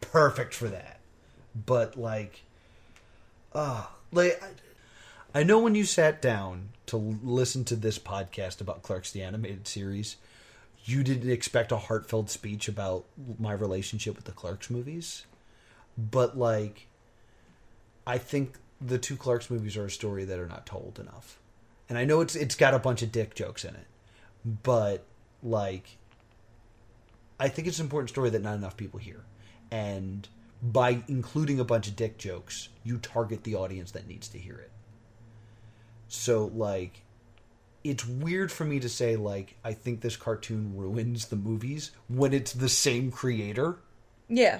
Speaker 2: perfect for that but like uh like I, I know when you sat down to l- listen to this podcast about clerks the animated series you didn't expect a heartfelt speech about my relationship with the clerks movies but like I think the two Clarks movies are a story that are not told enough. And I know it's it's got a bunch of dick jokes in it, but like I think it's an important story that not enough people hear. And by including a bunch of dick jokes, you target the audience that needs to hear it. So like it's weird for me to say like I think this cartoon ruins the movies when it's the same creator.
Speaker 1: yeah.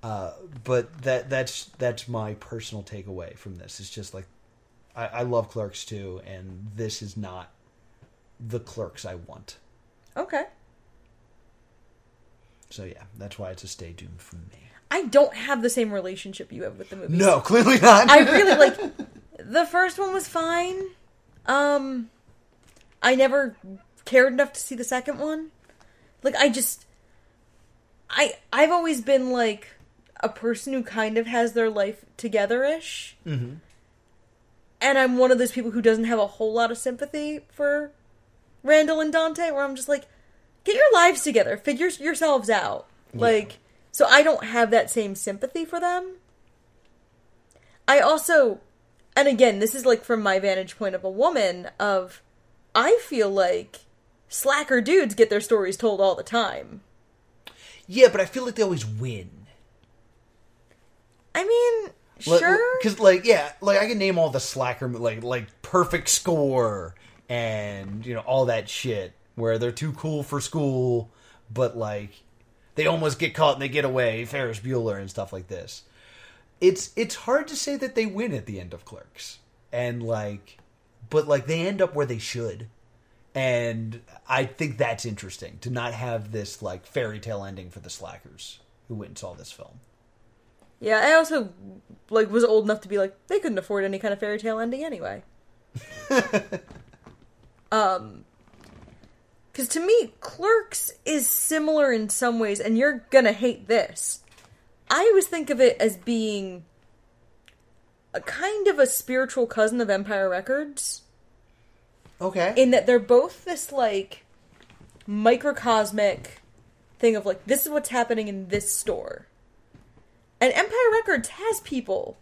Speaker 2: Uh, but that that's that's my personal takeaway from this. It's just like I, I love Clerks too, and this is not the Clerks I want.
Speaker 1: Okay.
Speaker 2: So yeah, that's why it's a stay doomed for me.
Speaker 1: I don't have the same relationship you have with the movies.
Speaker 2: No, clearly not.
Speaker 1: I really like the first one was fine. Um I never cared enough to see the second one. Like I just I I've always been like a person who kind of has their life together-ish
Speaker 14: Mm-hmm.
Speaker 1: and I'm one of those people who doesn't have a whole lot of sympathy for Randall and Dante, where I'm just like, get your lives together, figure yourselves out.
Speaker 14: Yeah.
Speaker 1: Like, so I don't have that same sympathy for them. I also, and again, this is like from my vantage point of a woman, of I feel like slacker dudes get their stories told all the time.
Speaker 2: Yeah, but I feel like they always win.
Speaker 1: I mean, sure.
Speaker 2: because like yeah, like I can name all the slacker mo- like like perfect score and you know all that shit where they're too cool for school, but like they almost get caught and they get away. Ferris Bueller and stuff like this. It's it's hard to say that they win at the end of Clerks and like, but like they end up where they should. And I think that's interesting to not have this like fairy tale ending for the slackers who went and saw this film.
Speaker 1: Yeah, I also like was old enough to be like they couldn't afford any kind of fairy tale ending anyway. um cuz to me Clerks is similar in some ways and you're going to hate this. I always think of it as being a kind of a spiritual cousin of Empire Records.
Speaker 2: Okay.
Speaker 1: In that they're both this like microcosmic thing of like this is what's happening in this store. And Empire Records has people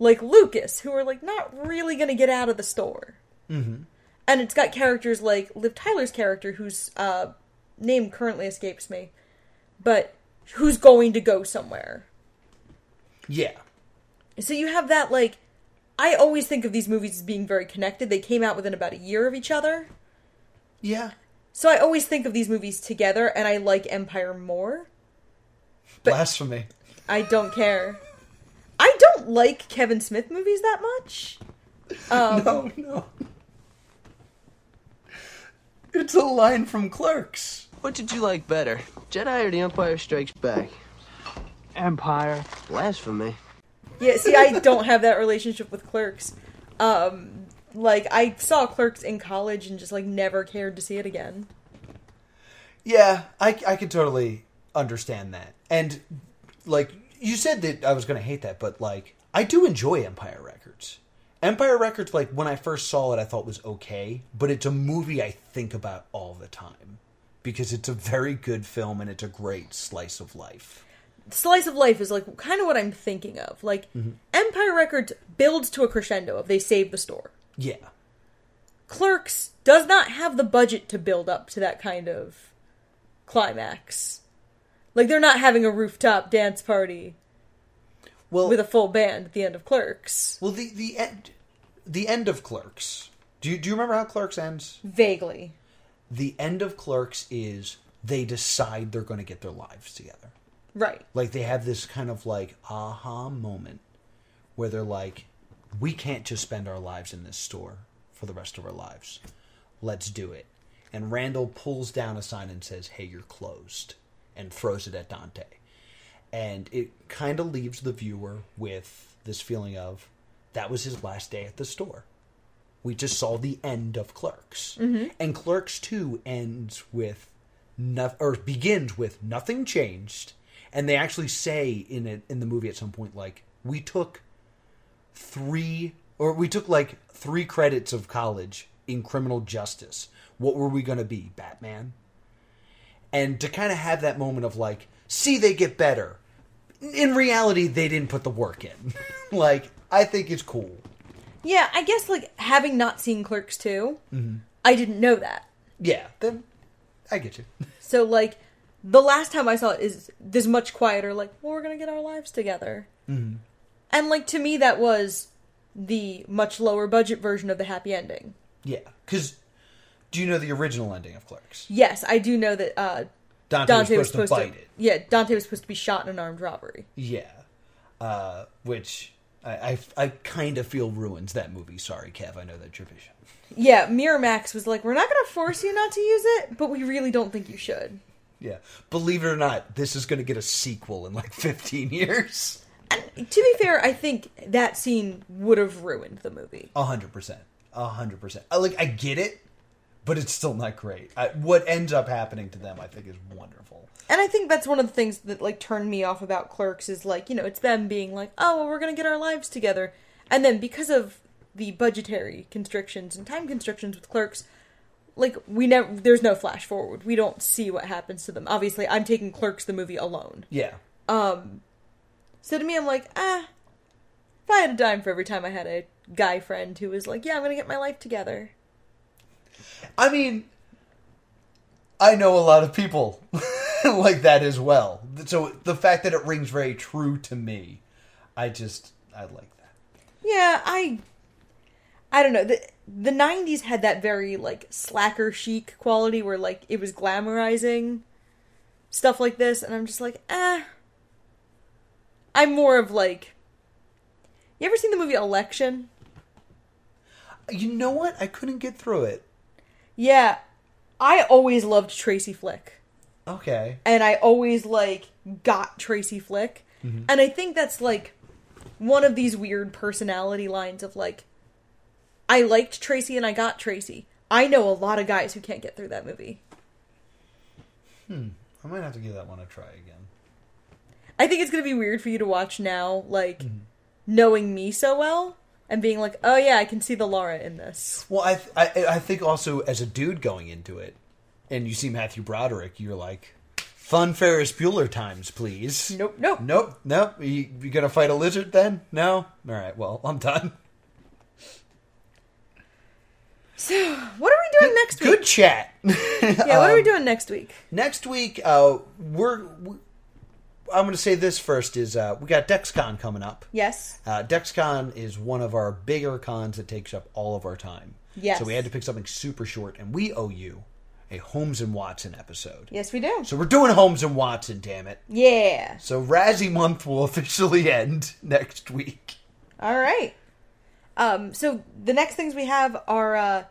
Speaker 1: like Lucas who are like not really going to get out of the store.
Speaker 2: Mm-hmm.
Speaker 1: And it's got characters like Liv Tyler's character whose uh, name currently escapes me, but who's going to go somewhere.
Speaker 2: Yeah.
Speaker 1: So you have that like I always think of these movies as being very connected. They came out within about a year of each other.
Speaker 2: Yeah.
Speaker 1: So I always think of these movies together and I like Empire more.
Speaker 2: Blasphemy.
Speaker 1: I don't care. I don't like Kevin Smith movies that much. Um,
Speaker 2: no, no. It's a line from Clerks.
Speaker 14: What did you like better, Jedi or The Empire Strikes Back?
Speaker 15: Empire.
Speaker 14: Blasphemy.
Speaker 1: Yeah, see, I don't have that relationship with Clerks. Um, like, I saw Clerks in college and just, like, never cared to see it again.
Speaker 2: Yeah, I, I can totally understand that. And, like, you said that I was going to hate that, but, like, I do enjoy Empire Records. Empire Records, like, when I first saw it, I thought was okay, but it's a movie I think about all the time because it's a very good film and it's a great slice of life.
Speaker 1: Slice of life is, like, kind of what I'm thinking of. Like,
Speaker 2: Mhm.
Speaker 1: Empire Records builds to a crescendo of they save the store.
Speaker 2: Yeah.
Speaker 1: Clerks does not have the budget to build up to that kind of climax. Like they're not having a rooftop dance party with a full band at the end of Clerks.
Speaker 2: Well, the the end the end of Clerks. Do you, do you remember how Clerks ends?
Speaker 1: Vaguely.
Speaker 2: The end of Clerks is they decide they're going to get their lives together.
Speaker 1: Right.
Speaker 2: Like they have this kind of like aha moment where they're like, we can't just spend our lives in this store for the rest of our lives. Let's do it. And Randall pulls down a sign and says, hey, you're closed, and throws it at Dante. And it kind of leaves the viewer with this feeling of that was his last day at the store. We just saw the end of Clerks.
Speaker 16: Mhm.
Speaker 2: And Clerks 2 ends with no, or begins with nothing changed, and they actually say in it in the movie at some point like we took three or we took like three credits of college in criminal justice. What were we going to be, Batman? And to kind of have that moment of like, see, they get better. In reality, they didn't put the work in. like, I think it's cool.
Speaker 1: Yeah, I guess like having not seen Clerks 2,
Speaker 2: Mm-hmm.
Speaker 1: I didn't know that.
Speaker 2: Yeah, then I get you.
Speaker 1: So like the last time I saw it is this much quieter like, well, we're going to get our lives together.
Speaker 2: Mm-hmm.
Speaker 1: And like to me that was the much lower budget version of the happy ending.
Speaker 2: Yeah, because do you know the original ending of Clerks?
Speaker 1: Yes, I do know that uh,
Speaker 2: Dante was supposed to bite it.
Speaker 1: Yeah, Dante was supposed to be shot in an armed robbery.
Speaker 2: Yeah, uh, which I I, I kind of feel ruins that movie. Sorry, Kev. I know that's your vision.
Speaker 1: Yeah, Miramax was like, "We're not going to force you not to use it, but we really don't think you should."
Speaker 2: Yeah, believe it or not, this is going to get a sequel in like 15 years.
Speaker 1: To be fair, I think that scene would have ruined the movie.
Speaker 2: A hundred percent, a hundred percent. I Like I get it, but it's still not great. I, what ends up happening to them, I think, is wonderful.
Speaker 1: And I think that's one of the things that like turned me off about Clerks is like, you know, it's them being like, "Oh, well, we're going to get our lives together." And then because of the budgetary constrictions and time constrictions with Clerks, like we never there's no flash forward. We don't see what happens to them. Obviously, I'm taking Clerks the movie alone.
Speaker 2: Yeah,
Speaker 1: Um, so to me, I'm like, ah, if I had a dime for every time I had a guy friend who was like, yeah, I'm gonna get my life together.
Speaker 2: I mean, I know a lot of people like that as well. So the fact that it rings very true to me, I just I like that.
Speaker 1: Yeah, I, I don't know. The the '90s had that very like slacker chic quality where like it was glamorizing stuff like this, and I'm just like, ah. I'm more of like. You ever seen the movie Election?
Speaker 2: You know what? I couldn't get through it.
Speaker 1: Yeah, I always loved Tracy Flick.
Speaker 2: Okay.
Speaker 1: and I always like got Tracy Flick.
Speaker 2: Mhm.
Speaker 1: And I think that's like one of these weird personality lines of like I liked Tracy and I got Tracy. I know a lot of guys who can't get through that movie.
Speaker 2: Hmm. I might have to give that one a try again.
Speaker 1: I think it's going to be weird for you to watch now like knowing me so well and being like, oh yeah, I can see the Laura in this.
Speaker 2: Well, I, th- I I think also as a dude going into it, and you see Matthew Broderick, you're like, fun Ferris Bueller times, please.
Speaker 1: Nope, nope,
Speaker 2: nope, nope. You, you gonna fight a lizard then? No. All right. Well, I'm done.
Speaker 1: So, what are we doing next week?
Speaker 2: Good chat.
Speaker 1: Yeah, what are we doing next week?
Speaker 2: Next week, uh, we're. We, I'm going to say this first is uh, we got DexCon coming up.
Speaker 1: Yes.
Speaker 2: Uh, DexCon is one of our bigger cons that takes up all of our time.
Speaker 1: Yes.
Speaker 2: So we had to pick something super short, and we owe you a Holmes and Watson episode.
Speaker 1: Yes, we do.
Speaker 2: So we're doing Holmes and Watson, damn it.
Speaker 1: Yeah.
Speaker 2: So Razzie month will officially end next week.
Speaker 1: All right. Um, so the next things we have are uh,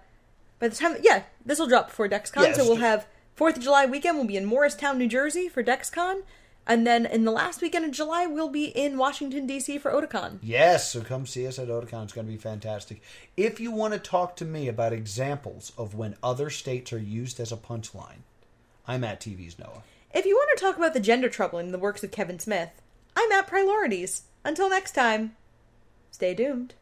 Speaker 1: by the time yeah, this will drop before DexCon,
Speaker 2: Yes.
Speaker 1: so we'll have Fourth of July weekend. We'll be in Morristown, New Jersey for DexCon, and then in the last weekend of July, we'll be in Washington D.C. for Otakon.
Speaker 2: Yes, so come see us at Otakon. It's going to be fantastic. If you want to talk to me about examples of when other states are used as a punchline, I'm at TV's Noah.
Speaker 1: If you want to talk about the gender trouble in the works of Kevin Smith, I'm at Priorities. Until next time, stay doomed.